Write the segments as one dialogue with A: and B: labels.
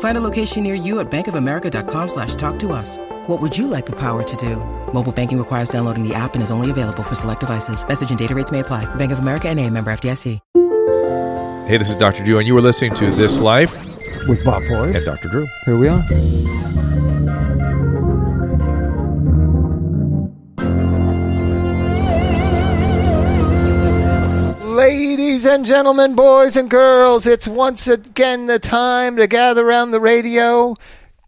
A: Find a location near you at bankofamerica.com slash talk to us. What would you like the power to do? Mobile banking requires downloading the app and is only available for select devices. Message and data rates may apply. Bank of America and a member FDIC.
B: Hey, this is Dr. Drew, and you were listening to This Life
C: with Bob
B: and
C: Forrest.
B: Dr. Drew.
C: Here we are. Ladies and gentlemen, boys and girls, it's once again the time to gather around the radio,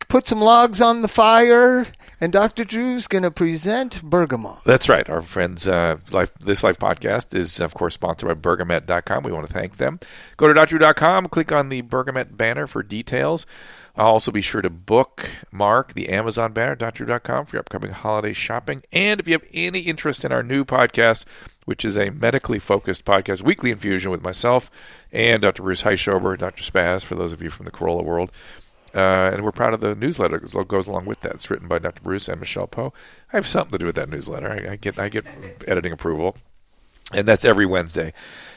C: put some logs on the fire, and Dr. Drew's going to present Bergamo.
B: That's right. Our friends, uh, life, This Life podcast is, of course, sponsored by Bergamet.com. We want to thank them. Go to drdrew.com, click on the Bergamet banner for details. I'll also be sure to book mark the Amazon banner, drdrew.com, for your upcoming holiday shopping. And if you have any interest in our new podcast, which is a medically focused podcast, weekly infusion with myself and Dr. Bruce Heischober, Dr. Spaz, for those of you from the Corolla world. Uh, and we're proud of the newsletter that goes along with that. It's written by Dr. Bruce and Michelle Poe. I have something to do with that newsletter. I, I get I get editing approval, and that's every Wednesday.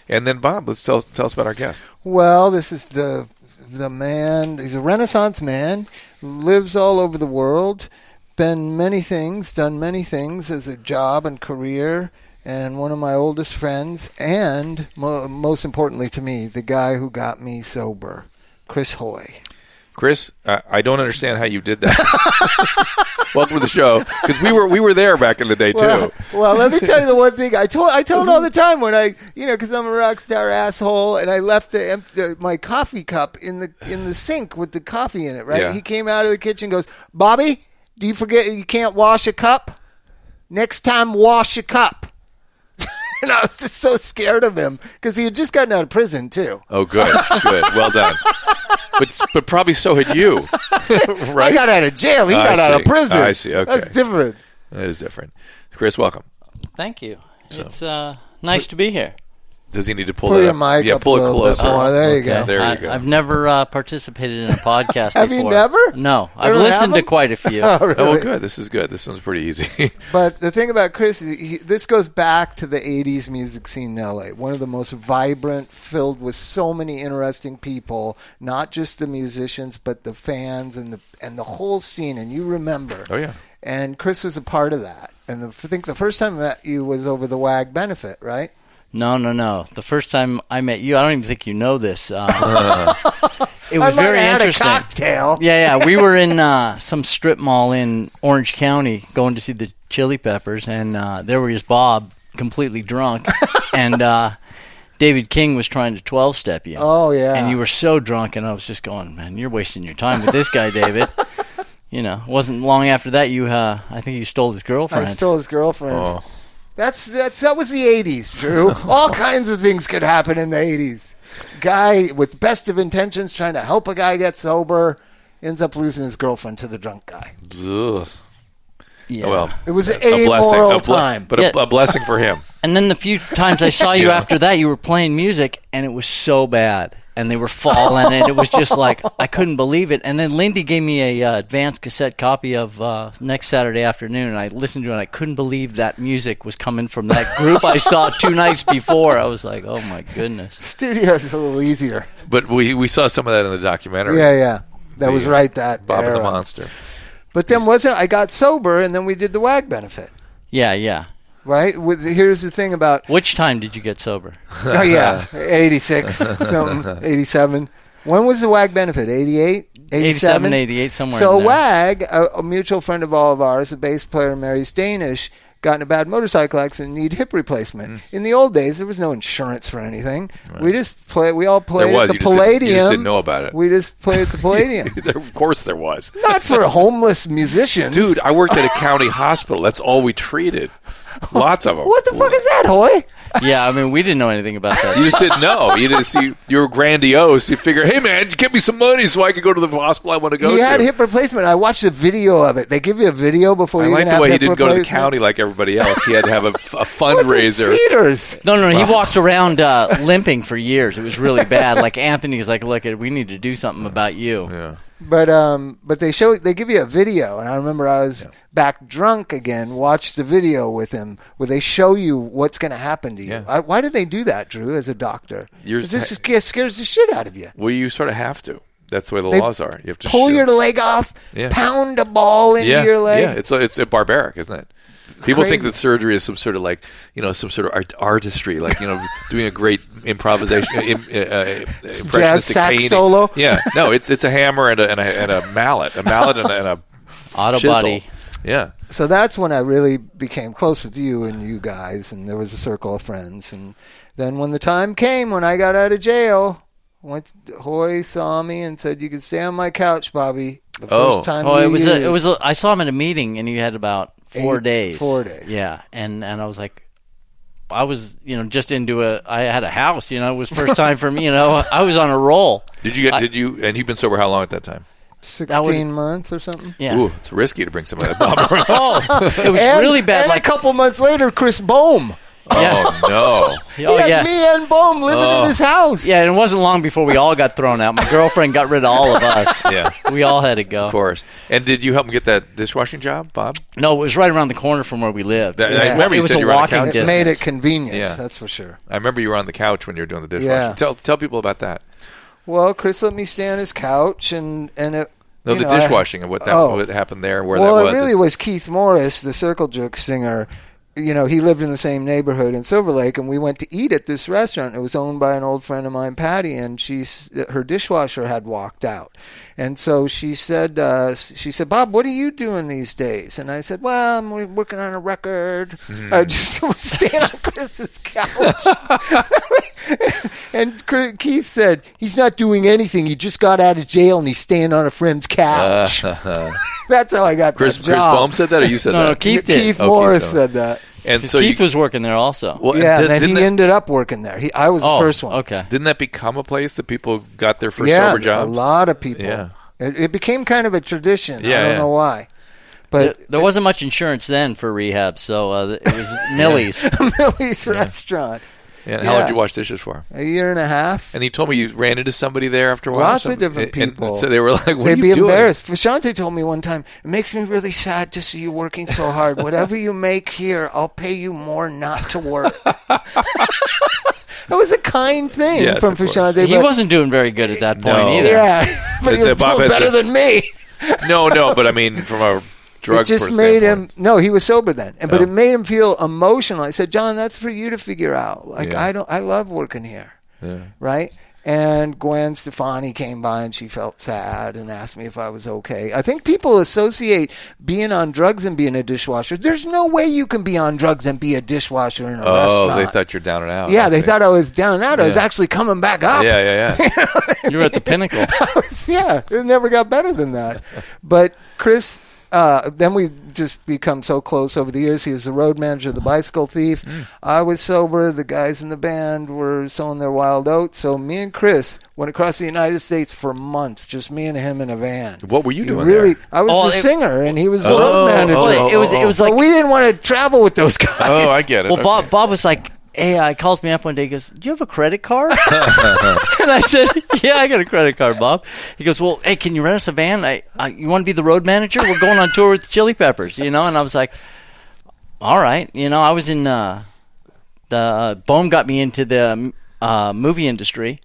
B: And then Bob, let's tell tell us about our guest.
C: Well, this is the the man. He's a Renaissance man. Lives all over the world. Been many things. Done many things as a job and career. And one of my oldest friends, and mo- most importantly to me, the guy who got me sober, Chris Hoy.
B: Chris, uh, I don't understand how you did that. Welcome to the show because we were we were there back in the day too. Mm-hmm.
C: Well, well, let me tell you the one thing I told I told all the time when I you know because I'm a rock star asshole and I left the, em- the my coffee cup in the in the sink with the coffee in it. Right?
B: Yeah.
C: He came out of the kitchen, goes, Bobby, do you forget you can't wash a cup? Next time, wash a cup. and I was just so scared of him because he had just gotten out of prison too.
B: oh, good, good, well done. But but probably so had you,
C: I
B: right?
C: got out of jail. He
B: I
C: got out
B: see.
C: of prison.
B: I see. Okay.
C: That's different.
B: That is different. Chris, welcome.
D: Thank you. It's uh, nice to be here.
B: Does he need to pull,
C: Pull
B: that
C: your
B: up?
C: mic
B: yeah,
C: up
B: pull
C: a
B: it
C: little bit
B: closer.
C: more. Oh, There you go.
B: There you
D: I,
B: go.
D: I've never uh, participated in a podcast.
C: Have you
D: before.
C: never?
D: No,
C: You
D: I've
C: don't
D: listened
C: have
D: to
C: 'em?
D: quite a few.
C: Oh, really?
B: Oh, well, good. This is good. This one's pretty easy.
C: But the thing about Chris, is he, this goes back to the 80s music scene in LA. One of the most vibrant, filled with so many interesting people, not just the musicians, but the fans and the and the whole scene and you remember.
B: Oh, yeah.
C: And Chris was a part of that. And the, I think the first time I met you was over the WAG benefit, right?
D: No, no, no. The first time I met you, I don't even think you know this. Uh, it was
C: I might
D: very
C: have had
D: interesting.
C: a cocktail.
D: Yeah, yeah. We were in uh, some strip mall in Orange County going to see the Chili Peppers, and uh, there was Bob, completely drunk, and uh, David King was trying to twelve step you.
C: Oh, yeah.
D: And you were so drunk, and I was just going, man, you're wasting your time with this guy, David. you know, it wasn't long after that you, uh, I think you stole his girlfriend.
C: I stole his girlfriend.
B: Oh.
C: That's that's that was the '80s, Drew. All kinds of things could happen in the '80s. Guy with best of intentions trying to help a guy get sober ends up losing his girlfriend to the drunk guy.
B: Ugh.
D: yeah.
B: Oh, well,
C: It was an
B: a blessing,
C: amoral
B: a ble-
C: time.
B: but a-
D: Yeah.
B: a, blessing for him.
D: And then the few times I saw you after that, you were playing music, and it was so bad. And they were falling, and it was just like I couldn't believe it. And then Lindy gave me a uh, advanced cassette copy of uh, next Saturday afternoon, and I listened to it. and I couldn't believe that music was coming from that group I saw two nights before. I was like, oh my goodness.
C: Studio's a little easier.
B: But we we saw some of that in the documentary.
C: Yeah, yeah. That was
B: The, uh,
C: right. That
B: Bob and the
C: era.
B: Monster.
C: But then wasn't I got sober and then we did the WAG benefit.
D: Yeah, yeah.
C: Right. With, here's the thing about
D: Which time did you get sober?
C: oh yeah, eighty six, something, eighty seven. When was the WAG benefit? 88?
D: 87, 88, somewhere in
C: So
D: there.
C: WAG, a, a mutual friend of all of ours, the bass player Mary's Danish, got in a bad motorcycle accident and need hip replacement.
B: Mm.
C: In the old days, there was no insurance for anything. We just play. We all played
B: was.
C: at
B: You
C: the
B: just didn't- you just
C: Palladium.
B: didn't know about it.
C: We just played at the Palladium.
B: There, of course there was.
C: Not for homeless musicians,
B: Dude, I worked at a county hospital. That's all we treated. Lots of them.
C: What the fuck is that, Hoy?
D: yeah, I mean, we didn't know anything about that.
B: You just didn't know. You didn't see. You were grandiose. You figure, hey man, give me some money so I can go to the hospital I want to go
C: He
B: to.
C: had hip replacement. I watched a video of it. They give you a video before
B: I
C: you
B: like
C: even
B: the
C: have
B: way he
C: hip
B: didn't go to the
C: replacement.
B: county like everybody else. He had to have a, a
C: Went to
B: fundraiser.
C: Cedars.
D: No, no, no. He walked around uh, limping for years. It was really bad. Like Anthony's like, look, we need to do something about you. Yeah.
C: But um, but they show they give you a video, and I remember I was back drunk again. Watched the video with him where they show you what's going to happen to you.
B: Yeah.
C: I, why did they do that, Drew? As a doctor,
B: You're-
C: Because this just scares, scares the shit out of you.
B: Well, you sort of have to. That's the way the
C: They
B: laws are. You have to
C: Pull
B: shoot.
C: your leg off,
B: Yeah.
C: pound a ball into
B: yeah,
C: your leg.
B: Yeah, it's it's uh, barbaric, isn't it? People think
C: Crazy.
B: that surgery is some sort of like you know some sort of art, artistry, like you know doing a great improvisation, im, uh, uh, impressionistic
C: Jazz sax
B: painting.
C: solo?
B: Yeah, no, it's it's a hammer and a and a, and a mallet, a mallet and a, and a
D: Auto
B: chisel.
D: body.
B: Yeah,
C: so that's when I really became close with you and you guys, and there was a circle of friends. And then when the time came when I got out of jail, once Hoy saw me and said, "You can stay on my couch, Bobby." The
B: Oh.
C: first time
D: Oh,
C: we
D: it was.
C: used.
D: A, it was. A, I saw him at a meeting, and he had about four
C: Eight-
D: days.
C: four days.
D: Yeah, and and I was like, I was, you know, just into a. I had a house. You know, it was first time for me. You know, I was on a roll.
B: did you get
D: I-
B: did you and you've been sober how long at that time?
C: 16
D: would-
C: months or something.
D: Yeah.
B: Ooh, it's risky to bring somebody that bomb around.
D: Oh, it was
C: And-
D: really bad.
C: And
D: Like,
C: a couple months later, Chris Bohm.
D: yeah,
B: Oh no!
D: oh
C: he had
D: yeah,
C: me and Bohm living
B: Oh.
C: in his house.
D: yeah. And it wasn't long before we all got thrown out. My girlfriend got rid of all of us.
B: Yeah, of
D: We all had to go.
B: course. And did you help him get that dishwashing job, Bob?
D: No, it was right around the corner from where we lived.
B: That-
D: It was-
C: I remember
B: you
D: it was
B: said
D: a
B: you were on a
D: walking
B: couch.
C: It
D: distance.
C: made it convenient,
B: Yeah.
C: that's for sure.
B: I remember you were on the couch when you were doing the dishwashing.
C: Yeah.
B: Tell tell people about that.
C: Well, Chris let me stay on his couch, and and it.
B: No,
C: you
B: the
C: know, I-
B: dishwashing and what that
C: Oh.
B: what happened there, where
C: well,
B: that was.
C: it really was Keith Morris, the Circle Jerk singer. You know, he lived in the same neighborhood in Silver Lake, and we went to eat at this restaurant. It was owned by an old friend of mine, Patty, and she's her dishwasher had walked out, and so she said, uh, she said, Bob, what are you doing these days? And I said, Well, I'm re- working on a record.
B: Hmm.
C: I just was staying on Chris's couch. and Chris, Keith said, He's not doing anything. He just got out of jail, and he's staying on a friend's couch. That's how I got
B: Chris
C: that
B: Chris
C: job.
B: Bohm said that, or you said
D: No,
B: that?
D: no, Keith did.
C: Keith
B: Oh, Keith
C: Morris
B: Morris.
C: said that.
B: And so
D: Keith
B: you,
D: was working there also.
B: well,
C: yeah,
B: did,
C: and then
B: didn't,
C: he
B: that,
C: ended up working there. He, I was
D: oh,
C: the first one.
D: Okay.
B: didn't that become a place that people got their first
C: yeah,
B: sober job?
C: a lot of people.
B: Yeah.
C: It, it became kind of a tradition.
B: Yeah,
C: I don't
B: yeah.
C: know why.
D: There,
C: But
D: there wasn't much insurance then for rehab, so uh, th- it was Millie's.
C: Millie's Restaurant,
B: Yeah, and How long
C: yeah.
B: did you wash dishes for?
C: a year and a half.
B: And he told me you ran into somebody there after a while. or
C: Lots of
B: something.
C: different
B: And- and
C: people.
B: so they were like, "What
C: They'd
B: are you
C: be
B: doing?"
C: embarrassed. Fashante told me one time, it makes me really sad to see you working so hard. Whatever you make here, I'll pay you more not to work. that was a kind thing
B: Yes,
C: from
B: of course.
C: Fashante.
D: he
C: but-
D: wasn't doing very good at that point
B: No.
D: either.
C: Yeah, but he
B: The- the
C: was
B: Bob
C: doing
B: had
C: better
B: the-
C: than me.
B: No, no, but I mean, from a drug.
C: it just
B: per-
C: made him
B: standpoint.
C: no he was sober then and, but
B: Oh.
C: it made him feel emotional i said john that's for you to figure out like
B: Yeah.
C: i don't i love working here
B: Yeah.
C: right and gwen stefani came by and she felt sad and asked me if i was okay i think people associate being on drugs and being a dishwasher there's no way you can be on drugs and be a dishwasher in a
B: Oh,
C: restaurant
B: they thought you're down and out.
C: yeah, they
B: see.
C: thought I was down and out. I was
B: Yeah.
C: actually coming back up.
B: Yeah, yeah, yeah.
D: You were at the pinnacle.
C: was- yeah, it never got better than that. But Chris, uh, then we just become so close over the years. He was the road manager of the Bicycle Thief.
B: Mm.
C: I was sober. The guys in the band were sowing their wild oats. So me and Chris went across the United States for months, just me and him in a van.
B: What were you
C: He
B: doing
C: Really,
B: there? Oh,
C: I was
D: Oh,
C: the
D: it-
C: singer, and he was the road manager.
D: Well, it was. It was
C: But
D: like.
C: we didn't want to travel with those guys.
B: Oh, I get it.
D: Well,
B: okay.
D: Bob. Bob was like, "Hey," uh, he calls me up one day. He goes, "Do you have a credit card?" and I said, "Yeah, I got a credit card, Bob." He goes, "Well, hey, can you rent us a van? I, I you want to be the road manager? We're going on tour with the Chili Peppers, you know." And I was like, "All right," you know. I was in uh, the uh, Bohm got me into the um, uh, movie industry.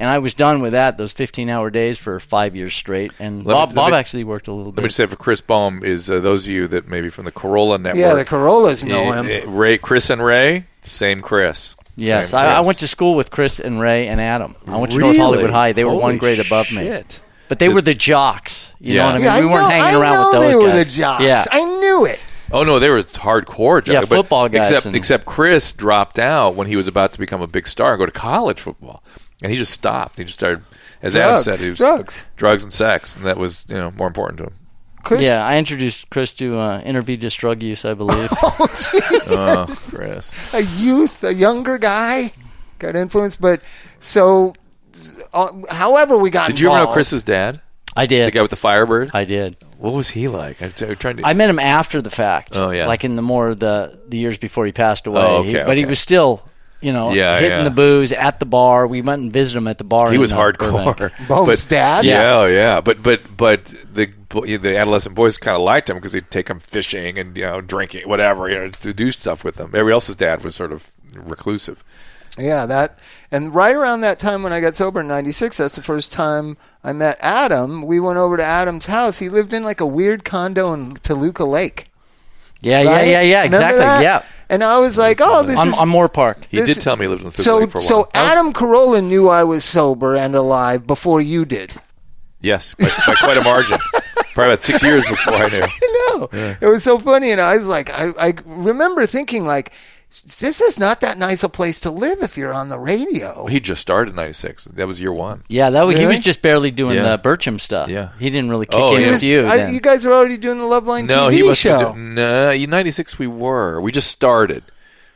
D: And I was done with that those fifteen-hour days for five years straight. And
B: Let me-
D: Bob,
B: let
D: Bob
B: me-
D: actually worked a little
B: Let me
D: bit.
B: just say for Chris Bohm is uh, those of you that maybe from the Corolla network.
C: yeah, the Corollas know
B: Eh,
C: him.
B: eh, Ray, Chris, and Ray, same Chris.
D: Yes,
B: Same
D: I, I
B: Chris.
D: went to school with Chris and Ray and Adam. I went to North Hollywood High. They were
B: Holy
D: one grade above me.
B: shit.
D: But they were the jocks. You
B: Yeah.
D: know what I mean?
C: Yeah,
D: we weren't
C: know,
D: hanging
C: I
D: around
C: know
D: with those
C: they were
D: guys.
C: the jocks.
D: Yeah.
C: I knew it.
B: Oh no, they were hardcore. Johnny,
D: Yeah, football guys
B: Except
D: and-
B: except Chris dropped out when he was about to become a big star and go to college football, and he just stopped. He just started, as
C: Drugs,
B: Adam said, he was,
C: drugs.
B: drugs and sex, and that was you know more important to him.
C: Chris,
D: yeah, I introduced Chris to uh, interview just drug use, I believe.
C: oh, Jesus.
B: Oh, Chris.
C: a youth, a younger guy got influenced. But so, uh, however, we got
B: Did you ever know
C: involved-
B: Chris's dad?
D: I
B: The
D: did.
B: guy with the Firebird.
D: I did.
B: what was he like? I'm t- trying to.
D: I met him after the fact.
B: Oh, yeah.
D: Like in the more the the years before he passed away.
B: Oh, okay,
D: He- but he
B: okay.
D: was still, you know,
B: Yeah,
D: hitting
B: yeah.
D: the booze at the bar. We went and visited him at the bar.
B: he
D: in,
B: was
D: uh,
B: hardcore.
D: Burbank.
C: Bo's dad?
B: Yeah, yeah, yeah. But but but the bo- the adolescent boys kind of liked him because he'd take him fishing and you know drinking whatever you know to do stuff with them. Everybody else's dad was sort of reclusive.
C: Yeah, that and right around that time when I got sober in '96, that's the first time I met Adam. We went over to Adam's house. He lived in like a weird condo in Toluca Lake.
D: Yeah,
C: right?
D: yeah, yeah, yeah.
C: Remember
D: Exactly.
C: that?
D: Yeah.
C: And I was like, oh, this
D: On,
C: is
D: on Moore Park.
B: He
C: This-
B: did tell me he lived in the
C: so.
B: for a while.
C: So Adam Carolla knew I was sober and alive before you did.
B: Oh, yes, by, by quite a margin. Probably about six years before I knew.
C: No, it was so funny, and I was like, I, I remember thinking like, this is not that nice a place to live if you're on the radio.
B: He just started in '96. That was year one.
D: Yeah, that was, he
C: Really?
D: was just barely doing
B: Yeah.
D: the Burcham stuff.
B: Yeah.
D: He didn't really kick
B: Oh,
D: in
B: yeah.
D: with you.
C: I-
D: then.
C: you guys were already doing the Loveline
B: No,
C: TV
B: he was
C: show.
B: No, in '96 we were. We just started.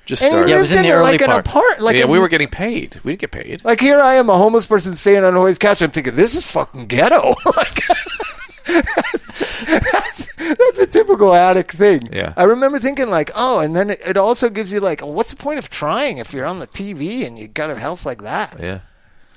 B: Just
C: And he
B: started.
D: Yeah, it
C: lives
D: was in
C: in,
D: the
C: like
D: early
C: an
D: part.
C: apartment. Like
B: yeah,
C: a-
B: we were getting paid. We didn't get paid.
C: Like here I am, a homeless person staying on Hoy's couch. I'm thinking, this is fucking ghetto. like, that's, that's a typical addict thing.
B: Yeah.
C: I remember thinking like, oh, and then it, it also gives you like, what's the point of trying if you're on the TV and you got a house like that,
B: Yeah,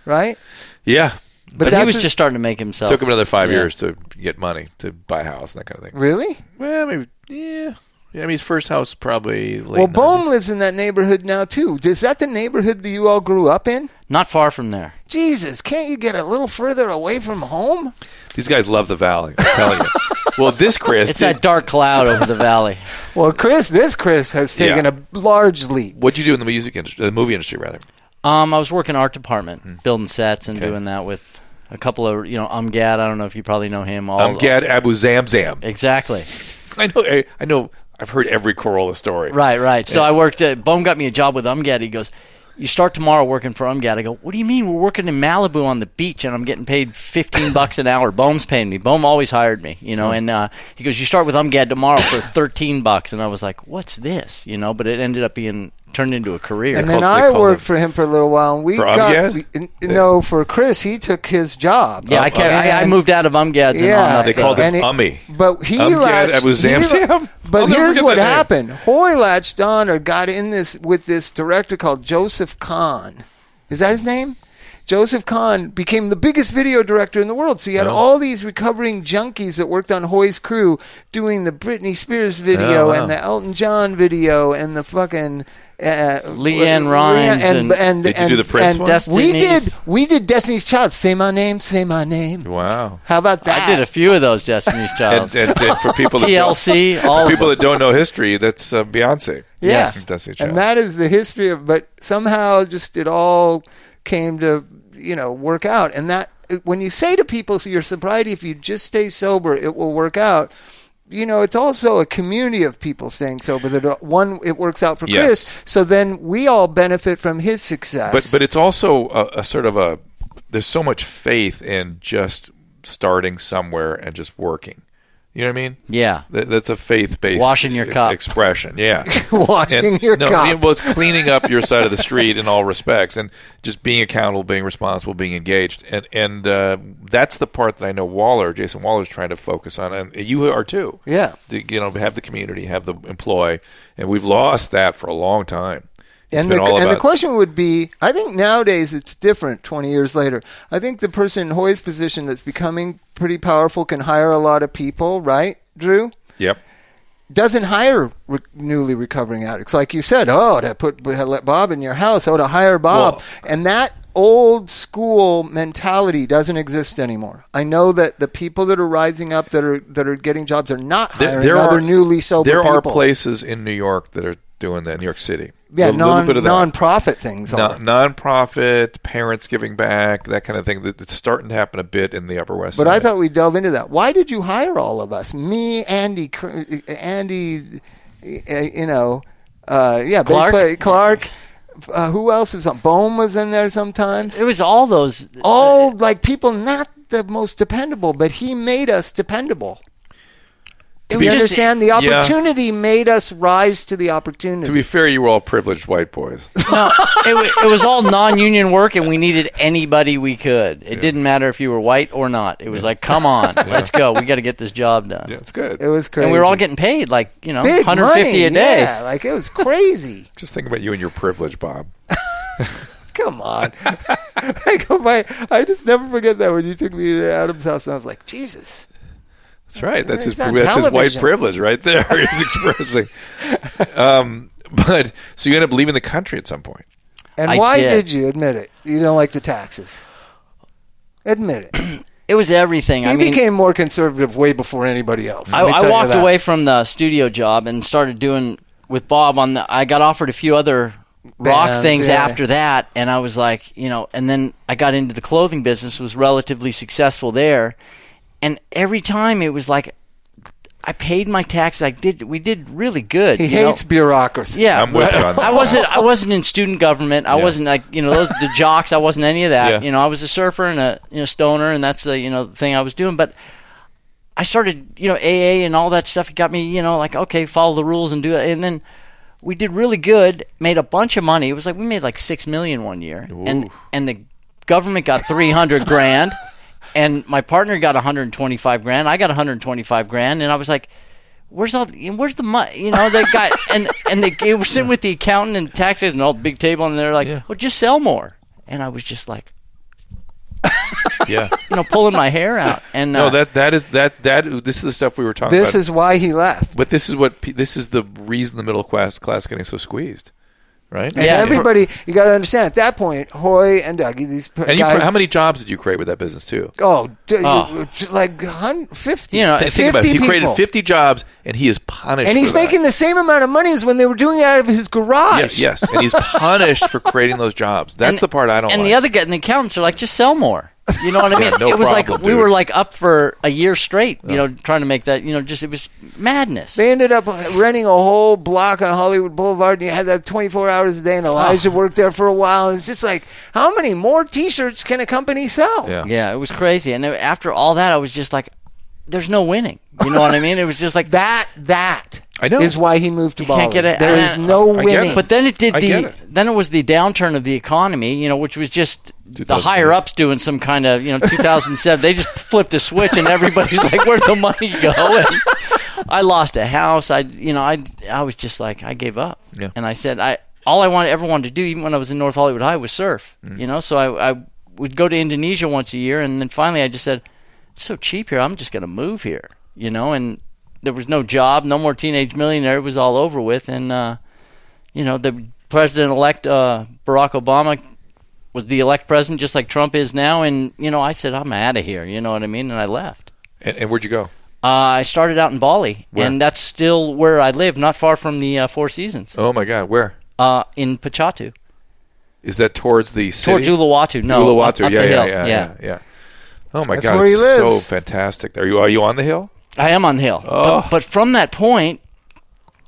C: right?
B: yeah.
D: but he
C: that's
D: was
C: a-
D: just starting to make himself.
B: took him another five
D: Oh. Yeah.
B: years to get money to buy a house and that kind of thing.
C: Really?
B: Well, maybe yeah. yeah I mean, his first house probably late.
C: well,
B: 90s.
C: Bohm lives in that neighborhood now too. Is that the neighborhood that you all grew up in?
D: Not far from there.
C: Jesus, can't you get a little further away from home?
B: These guys love the valley. I'm telling you. well, this Chris,
D: It's that dark cloud over the valley.
C: Well, Chris, this Chris has
B: Yeah.
C: taken a large leap.
B: what'd you do in the music industry, the movie industry rather?
D: Um, I was working art department, building sets and
B: Hmm. Okay.
D: doing that with a couple of you know Umgad. I don't know if you probably know him. All
B: I'm Um, Gad Abu Zamzam.
D: Exactly.
B: I know. I, I know. I've heard every Corolla story.
D: Right, right. So I worked. At, Bohm got me a job with Umgad. He goes, "You start tomorrow working for Umgad." I go, "What do you mean? We're working in Malibu on the beach, and I'm getting paid fifteen bucks an hour." Bohm's paying me. Bohm always hired me, you know. And uh, he goes, "You start with Umgad tomorrow for thirteen bucks," and I was like, "What's this?" You know. But it ended up being turned into a career.
C: And then uh,
B: called- they
C: I
B: call
C: worked
B: them-
C: for him for a little while, and we
B: For
C: got
B: Amgad?
C: we, n- no for Chris. He took his job.
D: yeah, I, kept, I, I
C: And-
D: moved out of Umgad's. and on
C: Yeah,
D: up
B: They
D: to-
B: called him
C: and
B: Ummy.
C: But he
B: Umgad
C: latched.
B: Abu
C: he la-
B: Zamzam? I'll
C: but
B: never
C: here's
B: forget
C: what
B: that name.
C: happened: Hoy latched on or got in this with this director called Joseph Kahn. Is that his name? Joseph Kahn became the biggest video director in the world. So you had
B: Oh.
C: all these recovering junkies that worked on Hoy's crew doing the Britney Spears video
B: Oh, wow.
C: and the Elton John video and the fucking. Uh,
D: Leanne Rimes
C: and,
D: and-
C: and
B: Did you do the Prince
C: and
B: one?
C: We
D: Destiny's-
C: did. We did Destiny's Child. Say my name. Say my name.
B: Wow.
C: How about that?
D: I did a few of those Destiny's Child.
B: And, uh, and, and for people that
D: TLC,
B: don't,
D: all
B: for
D: of
B: people that don't know history, that's uh, Beyonce.
C: Yeah.
D: Yes.
B: Destiny Child.
C: And that is the history of, but somehow just it all came to, you know, work out. And that, when you say to people, so your sobriety, if you just stay sober, it will work out. You know, it's also a community of people staying sober. That are- one, it works out for
B: Yes.
C: Chris, so then we all benefit from his success.
B: But but it's also a, a sort of a there's so much faith in just starting somewhere and just working. You know what I mean?
D: Yeah.
B: That, that's a faith based
D: Washing your cup.
B: expression. Yeah,
C: Washing your
B: no,
C: cup.
B: yeah, Well, it's cleaning up your side of the street in all respects, and just being accountable, being responsible, being engaged, and and uh, that's the part that I know Waller, Jason Waller, is trying to focus on, and you are too.
C: Yeah.
B: to, you know, have the community, have the employ, and we've lost that for a long time. It's
C: and
B: been
C: the,
B: all
C: and the
B: about-
C: question would be I think nowadays it's different 20 years later. I think the person in Hoy's position that's becoming pretty powerful can hire a lot of people, right, Drew?
B: Yep.
C: doesn't hire re- newly recovering addicts. Like you said, oh, to put let Bob in your house, oh, to hire Bob,
B: uh,
C: and that old school mentality doesn't exist anymore. I know that the people that are rising up that are that are getting jobs are not hiring other newly sober
B: there
C: people.
B: are places in New York that are doing that in New York City. a
C: Yeah,
B: little
C: non
B: bit of that.
C: nonprofit things.
B: No,
C: are.
B: nonprofit, parents giving back, that kind of thing. That- That's starting to happen a bit in the Upper West
C: But I
B: Side.
C: thought we'd delve into that. Why did you hire all of us? Me, Andy, Cr- Andy, uh, you know, uh, yeah, bass
D: Clark?
C: player- Clark. Uh, who else was on? Bohm was in there sometimes.
D: It was all those.
C: All like people, not the most dependable, but he made us dependable.
D: it
C: Do
D: was
C: you
D: just-
C: understand? The
B: Yeah.
C: opportunity made us rise to the
B: to
C: opportunity.
B: be fair, you were all privileged white boys.
D: No, it, wa- it was all non-union work, and we needed anybody we could. It didn't matter if you were white or not. It was like, come on, let's go. We got to get this job done.
B: yeah, it's good.
C: it was crazy.
D: And we were all getting paid like you know,
C: Big
D: 150
C: money,
D: a day.
C: Yeah, like it was crazy.
B: Just think about you and your privilege, Bob.
C: Come on. I go by, I just never forget that when you took me to Adam's house and I was like, Jesus.
B: That's right. That's his.
C: It's on
B: That's his white
C: television.
B: privilege right there. He's expressing. um, but so you end up leaving the country at some point.
C: And
D: I
C: why
D: did.
C: did. you admit it? You don't like the taxes. Admit it. He
D: It was everything. I mean,
C: became more conservative way before anybody else.
D: I,
C: Let me tell
D: I
C: you
D: walked
C: that.
D: away from the studio job and started doing with Bob on the. I got offered a few other rock
C: Bands,
D: things
C: yeah.
D: after that, and I was like, you know. And then I got into the clothing business, was relatively successful there, and every time it was like, I paid my taxes. I did. We did really good.
C: He
D: you know?
C: hates bureaucracy.
D: Yeah,
B: I'm with you on that.
D: I wasn't. I wasn't in student government. I
B: Yeah.
D: wasn't like you know those the jocks. I wasn't any of that.
B: Yeah.
D: You know, I was a surfer and a you know stoner, and that's the you know thing I was doing. But I started you know AA and all that stuff. It got me you know like okay, follow the rules and do it. And then we did really good. Made a bunch of money. It was like we made like six million one year, and and the government got three hundred grand, and my partner got one hundred twenty five grand. I got one hundred twenty five grand, and I was like where's all where's the money you know they got and and they, they were sitting with the accountant and taxes and all the big table and they're like well just sell more and i was just like
B: Yeah.
D: you know pulling my hair out and
B: No,
D: uh,
B: that that is that that this is the stuff we were talking
C: This
B: about.
C: is why he left.
B: but this is what pe- this is the reason the middle class class getting so squeezed, right?
C: And
D: Yeah.
C: everybody, you got to understand, at that point, Hoy and Dougie, these p-
B: And you,
C: guys,
B: how many jobs did you create with that business too?
C: oh, d-
D: Oh.
C: you- like hun- 50,
D: You know,
B: Th-
C: 50
B: Think about it. He
C: people.
B: created 50 jobs, and he is punished.
C: and he's
B: for that.
C: making the same amount of money as when they were doing it out of his garage.
B: Yes, yes, and he's punished for creating those jobs. That's
D: and-
B: the part I don't.
D: and
B: like.
D: the other guy and the accountants are like just sell more you know what i mean
B: no
D: it was like
B: problem,
D: we
B: dude.
D: were like up for a year straight you know trying to make that you know just it was madness
C: They ended up renting a whole block on Hollywood Boulevard, and you had that 24 hours a day. And
B: Oh.
C: Elijah worked there for a while. And it's just like, how many more T-shirts can a company sell?
B: yeah.
D: yeah it was crazy and after all that i was just like there's no winning you know what i mean it was just like
C: That that
B: I know.
C: is why he moved to
D: You can't
C: Bali.
D: get it-
C: There
D: I-
C: is no
B: I get
C: winning.
B: it.
D: But then it did
B: I
D: the
B: get it.
D: then it was the downturn of the economy, you know, which was just the
B: 2008.
D: higher ups doing some kind of you know 2007. they just flipped a switch and everybody's like, "Where'd the money go?" And I lost a house. I you know I I was just like I gave up,
B: Yeah.
D: and I said I all I wanted ever wanted to do, even when I was in North Hollywood High, was surf.
B: Mm.
D: You know, so I I would go to Indonesia once a year, and then finally I just said, "It's so cheap here. I'm just going to move here." You know, and there was no job, no more teenage millionaire. It was all over with, and. uh you know, the president elect uh, Barack Obama was the elect president, just like Trump is now. And you know, I said, I'm out of here. You know what I mean? And I left.
B: And, and where'd you go?
D: Uh, I started out in Bali,
B: Where?
D: and that's still where I live, not far from the uh, Four Seasons,
B: Oh my God, where
D: uh, in Pachatu,
B: is that? Towards the city?
D: towards Uluwatu. No,
B: Uluwatu.
D: up- up
B: yeah,
D: the
B: yeah,
D: hill.
B: yeah, yeah, yeah. Oh my
C: That's
B: God,
C: where he
B: it's so
C: lives.
B: fantastic. Are you are you on the hill?
D: I am on the hill.
B: Oh.
D: But, but from that point,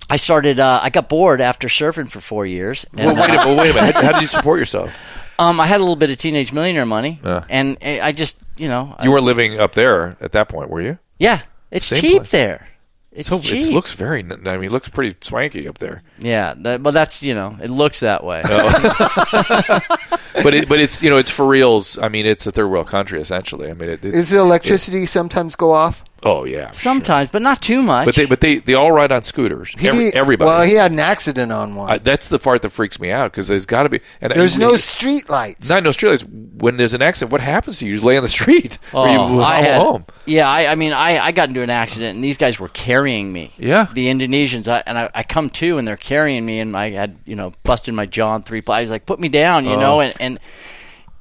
D: I started. Uh, I got bored after surfing for four years. And,
B: Well, wait, a
D: uh,
B: minute, wait a minute. How, how did you support yourself?
D: um, I had a little bit of teenage millionaire money,
B: Uh.
D: and uh, I just, you know, I-
B: You weren't living up there at that point, were you?
D: yeah, it's
B: Same
D: cheap
B: place.
D: there. It's
B: So
D: cheap.
B: it looks very. n- I mean, it looks pretty swanky up there.
D: Yeah, that, but that's you know, it looks that way.
B: Oh. But it, but it's you know it's for reals. I mean, it's a third world country essentially. I mean, it, it's,
C: Is the electricity sometimes go off?
B: oh yeah.
D: Sometimes, but not too much.
B: But they but they they all ride on scooters.
C: He-
B: Every, everybody.
C: Well, he had an accident on one.
B: I, that's the part that freaks me out because there's got to be. And
C: There's
B: I-
C: no street lights.
B: not in Australia. When there's an accident, what happens to you? You just lay on the street or you
D: Oh, I
B: hobble
D: had,
B: home.
D: Yeah, I, I mean, I, I got into an accident, and these guys were carrying me.
B: Yeah.
D: the Indonesians, I, and I, I come to, and they're
B: Oh.
D: carrying me, and I had you know busted my jaw in three. pla- I was like, put me down, you know, and and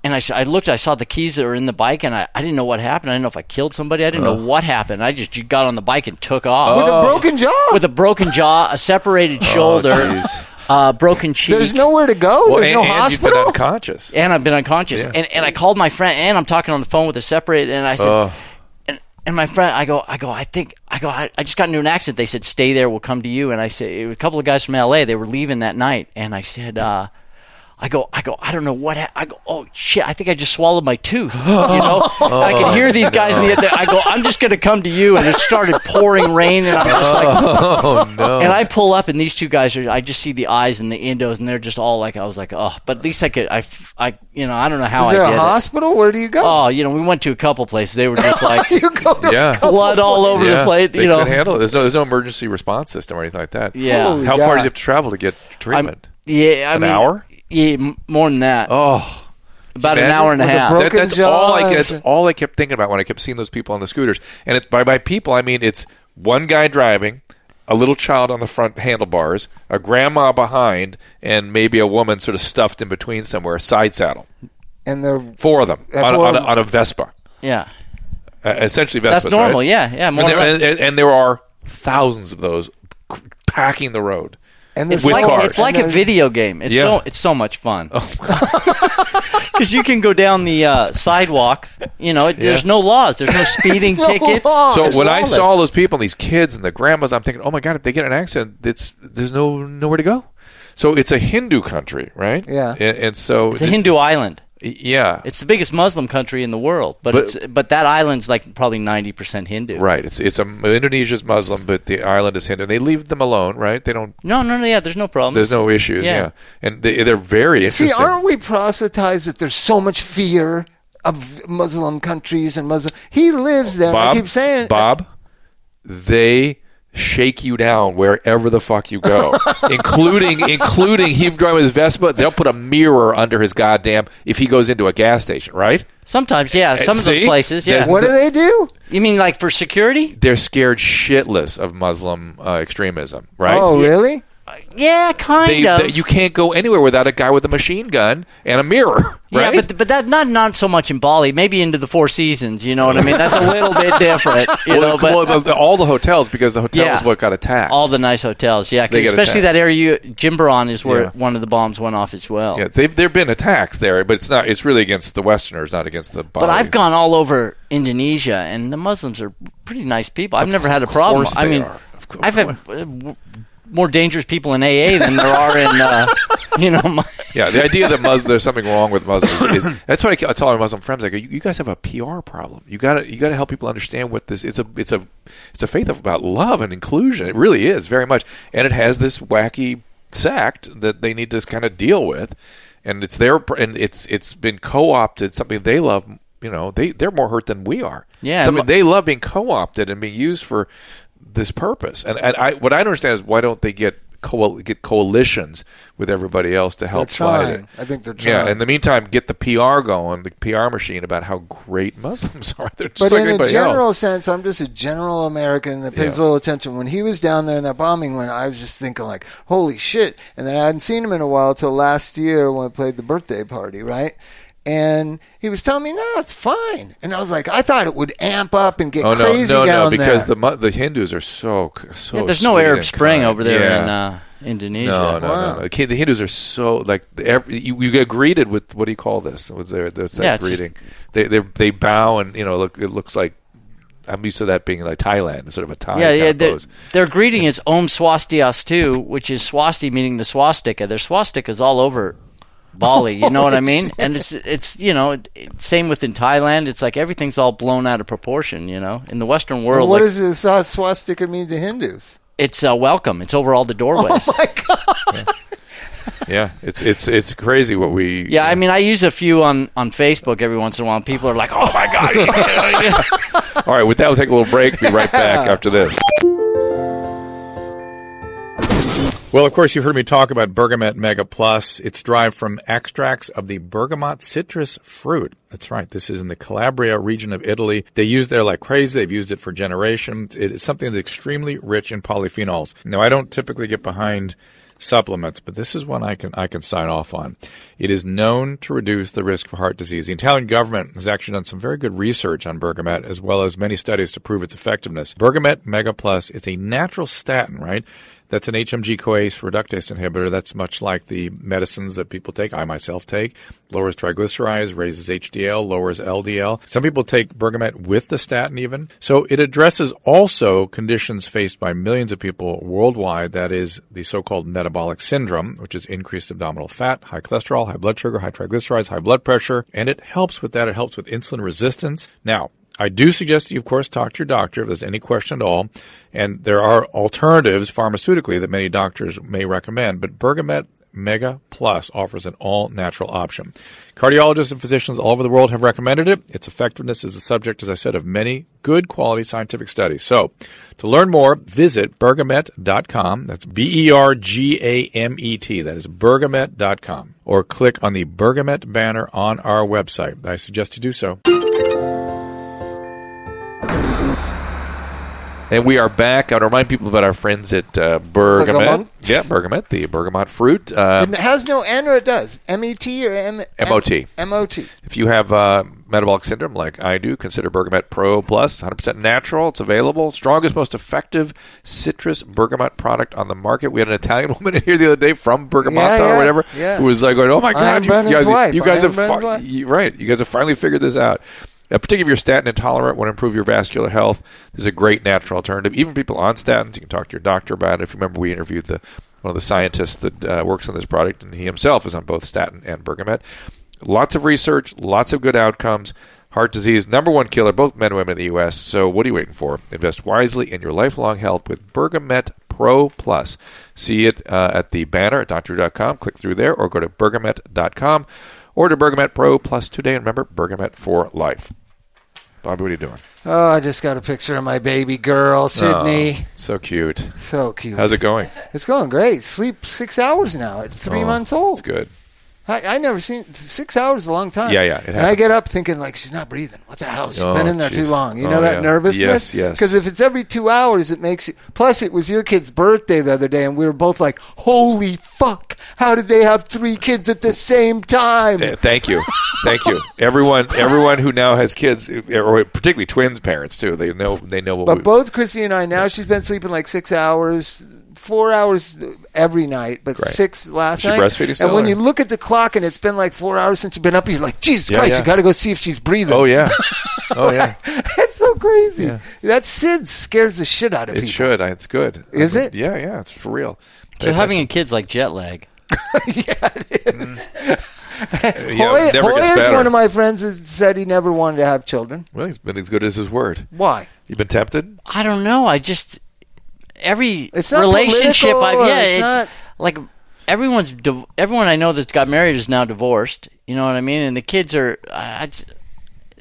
D: And I, s- I looked, I saw the keys that were in the bike, and I, I didn't know what happened. I didn't know if I killed somebody. I didn't know
B: Oh.
D: what happened. I just got on the bike and took off.
C: With a broken jaw.
D: With a broken jaw, a separated shoulder,
B: Oh, jeez.
D: uh, broken cheek.
C: There's nowhere to go. Oh, There's
B: and,
C: no
B: and
C: hospital.
B: You've been unconscious.
D: and I've been unconscious.
B: Yeah.
D: And and I called my friend, and I'm talking on the phone with a separated, and I said,
B: Oh.
D: and and my friend, I go, I go, I think, I go, I, I just got into an accident. They said, stay there, we'll come to you. And I said, it was a couple of guys from L.A. They were leaving that night, and I said, uh, I go, I go, I don't know what. Ha- I go, oh shit, I think I just swallowed my tooth. You know,
B: Oh,
D: I can hear these guys in the other. I go, I'm just gonna come to you, and it started pouring rain, and I'm just like, and
B: Oh.
D: I pull up, and these two guys are. I just see the eyes and the endos, and they're just all like, I was like, oh, but at least I could. I, f- I- you know, I don't know how
C: Is
D: I
C: there
D: did
C: a
D: it.
C: hospital? Where do you go?
D: Oh, you know, we went to a couple places. They were just like
C: you go to
B: Yeah.
D: blood all over the
B: Yeah,
D: place.
B: They
D: You know,
B: couldn't handle it. There's no, there's no emergency response system or anything like that.
D: Yeah. Holy
B: How far
C: God.
B: do you have to travel to get treatment?
D: yeah, I
B: An
D: mean,
B: hour?
D: Yeah, m- more than that.
B: oh.
D: about an
B: imagine?
D: hour and a
C: With a
D: half.
C: bro-
B: That,
C: Broken
B: that's all I
C: jaws.
B: that's all I kept thinking about when I kept seeing those people on the scooters. And it's by by people I mean it's one guy driving, a little child on the front handlebars, a grandma behind, and maybe a woman sort of stuffed in between somewhere, a side saddle.
C: And they're
B: Four of them
C: Yeah,
B: on,
C: four
B: on, a,
C: of them.
B: on a Vespa,
D: yeah,
B: uh, essentially Vespa.
D: that's normal. Yeah, yeah, more
B: and there,
D: or less.
B: and, and- and there are thousands of those c- packing the road.
C: and
D: It's
C: there's
B: with
D: like
B: cars.
D: it's like a
C: And there's-
D: video game. It's
B: Yeah. Oh.
D: so it's so much fun. Because you can go down the uh, sidewalk. You know, it, there's
B: Yeah.
D: no laws. There's no speeding
C: no
D: tickets.
C: laws.
B: So
D: It's
B: when I
D: lawless.
B: saw those people, and these kids and the grandmas, I'm thinking, oh my god, if they get in an accident, it's there's no nowhere to go. So it's a Hindu country, right?
C: Yeah.
B: And, and so
D: it's a Hindu island.
B: yeah,
D: It's the biggest Muslim country in the world, but,
B: But-
D: it's but that island's like probably ninety percent Hindu.
B: right. It's it's a Indonesia's Muslim, but the island is Hindu. They leave them alone, right? They don't.
D: No, no, no. Yeah, there's no problem.
B: There's no issues.
D: Yeah.
B: Yeah. And they, they're very
C: See,
B: interesting.
C: aren't we proselytized that there's so much fear of Muslim countries and Muslim? He lives there. and
B: Bob,
C: I keep saying,
B: Bob, they shake you down wherever the fuck you go, including including he driving his Vespa. They'll put a mirror under his goddamn if he goes into a gas station, right?
D: Sometimes, yeah, some of those
B: Eh, see?
D: places, yeah.
B: There's-
C: what do they do?
D: You mean like for security?
B: They're scared shitless of Muslim uh, extremism, right?
C: Oh, really?
D: Yeah, kind
B: They-
D: of.
B: they- you can't go anywhere without a guy with a machine gun and a mirror, right?
D: Yeah, but but that not not so much in Bali. Maybe into the Four Seasons. You know what I mean? That's a little bit different. You know,
B: well,
D: but
B: well, but all the hotels because the hotels
D: Yeah.
B: what got attacked.
D: all the nice hotels. Yeah, 'cause
B: They get
D: especially
B: attacked.
D: that area. you- Jimbaran is where
B: Yeah.
D: one of the bombs went off as well.
B: yeah, they've there've been attacks there, but it's not. It's really against the Westerners, not against the.
D: But I've
B: Balis.
D: gone all over Indonesia, and the Muslims are pretty nice people. I've never had a problem.
B: course
D: I
B: they
D: mean,
B: are. Of course.
D: I've had uh, w- more dangerous people in AA than there are in, uh, you know, my,
B: Yeah, the idea that Mus- there's something wrong with Muslims is that's what I, I tell my Muslim friends. I go, you, you guys have a PR problem. You got to you got to help people understand what this. It's a it's a it's a faith of- about love and inclusion. It really is very much, and it has this wacky sect that they need to kind of deal with, and it's their pr- and it's it's been co opted. Something they love. You know, they they're more hurt than we are.
D: Yeah,
B: something
D: mu-
B: they love being co opted and being used for this purpose. And, and I what I don't understand is why don't they get. Coal, get coalitions with everybody else to help
C: They're
B: fight
C: trying.
B: it.
C: I think they're
B: Yeah,
C: trying.
B: in the meantime, get the PR going, the PR machine about how great Muslims are. They're just
C: But
B: like
C: in a
B: anybody
C: general
B: else.
C: sense, I'm just a general American that pays little attention. When he was down there in that bombing one, I was just thinking like, "Holy shit!" And then I hadn't seen him in a while till last year when I played the birthday party, right? And he was telling me, "No, it's fine." And I was like, "I thought it would amp up and get
B: Oh no,
C: crazy
B: no,
C: down
B: no! Because
C: there."
B: the Mu- the Hindus are so c- so.
D: Yeah, there's no
B: sweet
D: Arab
B: and
D: Spring
B: kind.
D: over there
B: Oh, Yeah.
D: in uh, Indonesia.
B: no, no,
C: Wow.
B: no, no. Okay, The Hindus are so like every, you, you get greeted with what do you call this? Was there there's that
D: Yeah, it's just-
B: greeting? They they they bow and you know look it looks like I'm used to that being like Thailand, sort of a Thai
D: Yeah,
B: kind
D: yeah.
B: of
D: Their,
B: pose.
D: their greeting is Om Swastiastu, which is swasti meaning the swastika. Their swastika's all over Bali. You know what
B: Oh,
D: I mean? And it's it's you know it- it- same within Thailand. It's like everything's all blown out of proportion. You know, in the Western world,
C: what
D: like,
C: does this uh, swastika mean to Hindus?
D: it's uh, welcome. It's over all the
C: Oh
D: doorways.
B: Yeah, it's it's it's crazy what we.
D: yeah, I mean, I use a few on on Facebook every once in a while. And people are like, "Oh my god!"
B: All right, with that, we'll take a little break. Be right back after this.
E: Well, of course, you've heard me talk about Bergamot Mega Plus. It's derived from extracts of the bergamot citrus fruit. That's right. This is in the Calabria region of Italy. They use there like crazy. They've used it for generations. It is something that's extremely rich in polyphenols. Now, I don't typically get behind supplements, but this is one I can I can sign off on. It is known to reduce the risk of heart disease. The Italian government has actually done some very good research on bergamet as well as many studies to prove its effectiveness. Bergamet Mega Plus is a natural statin, right? That's an HMG CoA reductase inhibitor. That's much like the medicines that people take. I myself take lowers triglycerides, raises HDL, lowers LDL. Some people take bergamet with the statin even. So it addresses also conditions faced by millions of people worldwide. That is the so-called metabolic syndrome, which is increased abdominal fat, high cholesterol, high blood sugar, high triglycerides, high blood pressure, and it helps with that. It helps with insulin resistance. Now. I do suggest that you, of course, talk to your doctor if there's any question at all. And there are alternatives pharmaceutically that many doctors may recommend, but Bergamet Mega Plus offers an all natural option. Cardiologists and physicians all over the world have recommended it. Its effectiveness is the subject, as I said, of many good quality scientific studies. So, to learn more, visit bergamet.com. That's B E R G A M E T. That is bergamet.com. Or click on the Bergamet banner on our website. I suggest you do so.
B: And we are back. I want to remind people about our friends at uh, Bergamot.
C: Bergamot?
B: Yeah, Bergamot, the Bergamot fruit. Uh,
C: It has no N or it does. M E T or M
B: MOT.
C: M O T.
B: if you have uh, metabolic syndrome like I do, consider Bergamot Pro Plus. 100% natural. It's available. Strongest, most effective citrus bergamot product on the market. We had an Italian woman in here the other day from Bergamotta
C: Yeah,
B: or
C: yeah,
B: whatever
C: yeah.
B: who was like, going, "Oh my
C: I am
B: god, you
C: Brennan's
B: guys,
C: wife.
B: you
C: I
B: guys
C: am
B: have
C: Brennan's
B: fi-
C: wife."
B: you, right. You guys have finally figured this out. Uh, particularly if you're statin intolerant, want to improve your vascular health, this is a great natural alternative. Even people on statins, you can talk to your doctor about it. If you remember, we interviewed the one of the scientists that uh, works on this product, and he himself is on both statin and bergamet. Lots of research, lots of good outcomes. Heart disease, number one killer, both men and women in the U.S. So what are you waiting for? Invest wisely in your lifelong health with Bergamet Pro Plus. See it uh, at the banner at doctor.com. Click through there or go to bergamet.com or to Bergamet Pro Plus today. And remember, Bergamet for life. Bobby, what are you doing?
C: Oh, I just got a picture of my baby girl, Sydney.
B: So cute.
C: So cute.
B: Oh. How's it going?
C: It's going great. Sleep six hours now. It's three
B: Oh,
C: months old.
B: It's good.
C: I, I never seen six hours is a long time.
B: Yeah, yeah, it
C: And I
B: happens.
C: get up thinking like she's not breathing. What the hell? She's
B: Oh,
C: been in there
B: jeez.
C: too long. You
B: Oh,
C: know that
B: yeah. Yes,
C: nervousness.
B: yes.
C: Because if it's every two hours, it makes you. Plus, it was your kid's birthday the other day, and we were both like, "Holy fuck! How did they have three kids at the same time?"
B: Uh, Thank you, thank you, everyone. Everyone who now has kids, eh, or particularly twins, parents too. They know. They know what.
C: But
B: we-
C: both Chrissy and I now she's been sleeping like six hours, four hours every night, but
B: Great.
C: six last
B: Is she
C: night.
B: breastfeeding still,
C: and when
B: or-
C: you look at the clock and it's been like four hours since you've been up, you're like, Jesus
B: Yeah,
C: Christ,
B: yeah.
C: you got to go see if she's breathing.
B: oh yeah, oh yeah.
C: that's so crazy. That Sid scares the shit out
B: It
C: of people.
B: should. I- It's good.
C: Is it?
B: Yeah, yeah. It's for real.
D: So having a kid's like jet lag.
B: a, you know,
C: Hoy-
B: it never
C: Hoy
B: gets
C: is
B: better.
C: one of my friends that said he never wanted to have children.
B: well, he's been as good as his word.
C: Why?
B: You've been tempted.
D: I don't know. I just every
C: It's not
D: relationship. I
C: political or
D: yeah,
C: it's
D: it-
C: not-
D: like everyone's div- everyone I know that got married is now divorced. You know what I mean? And the kids are. I, I just-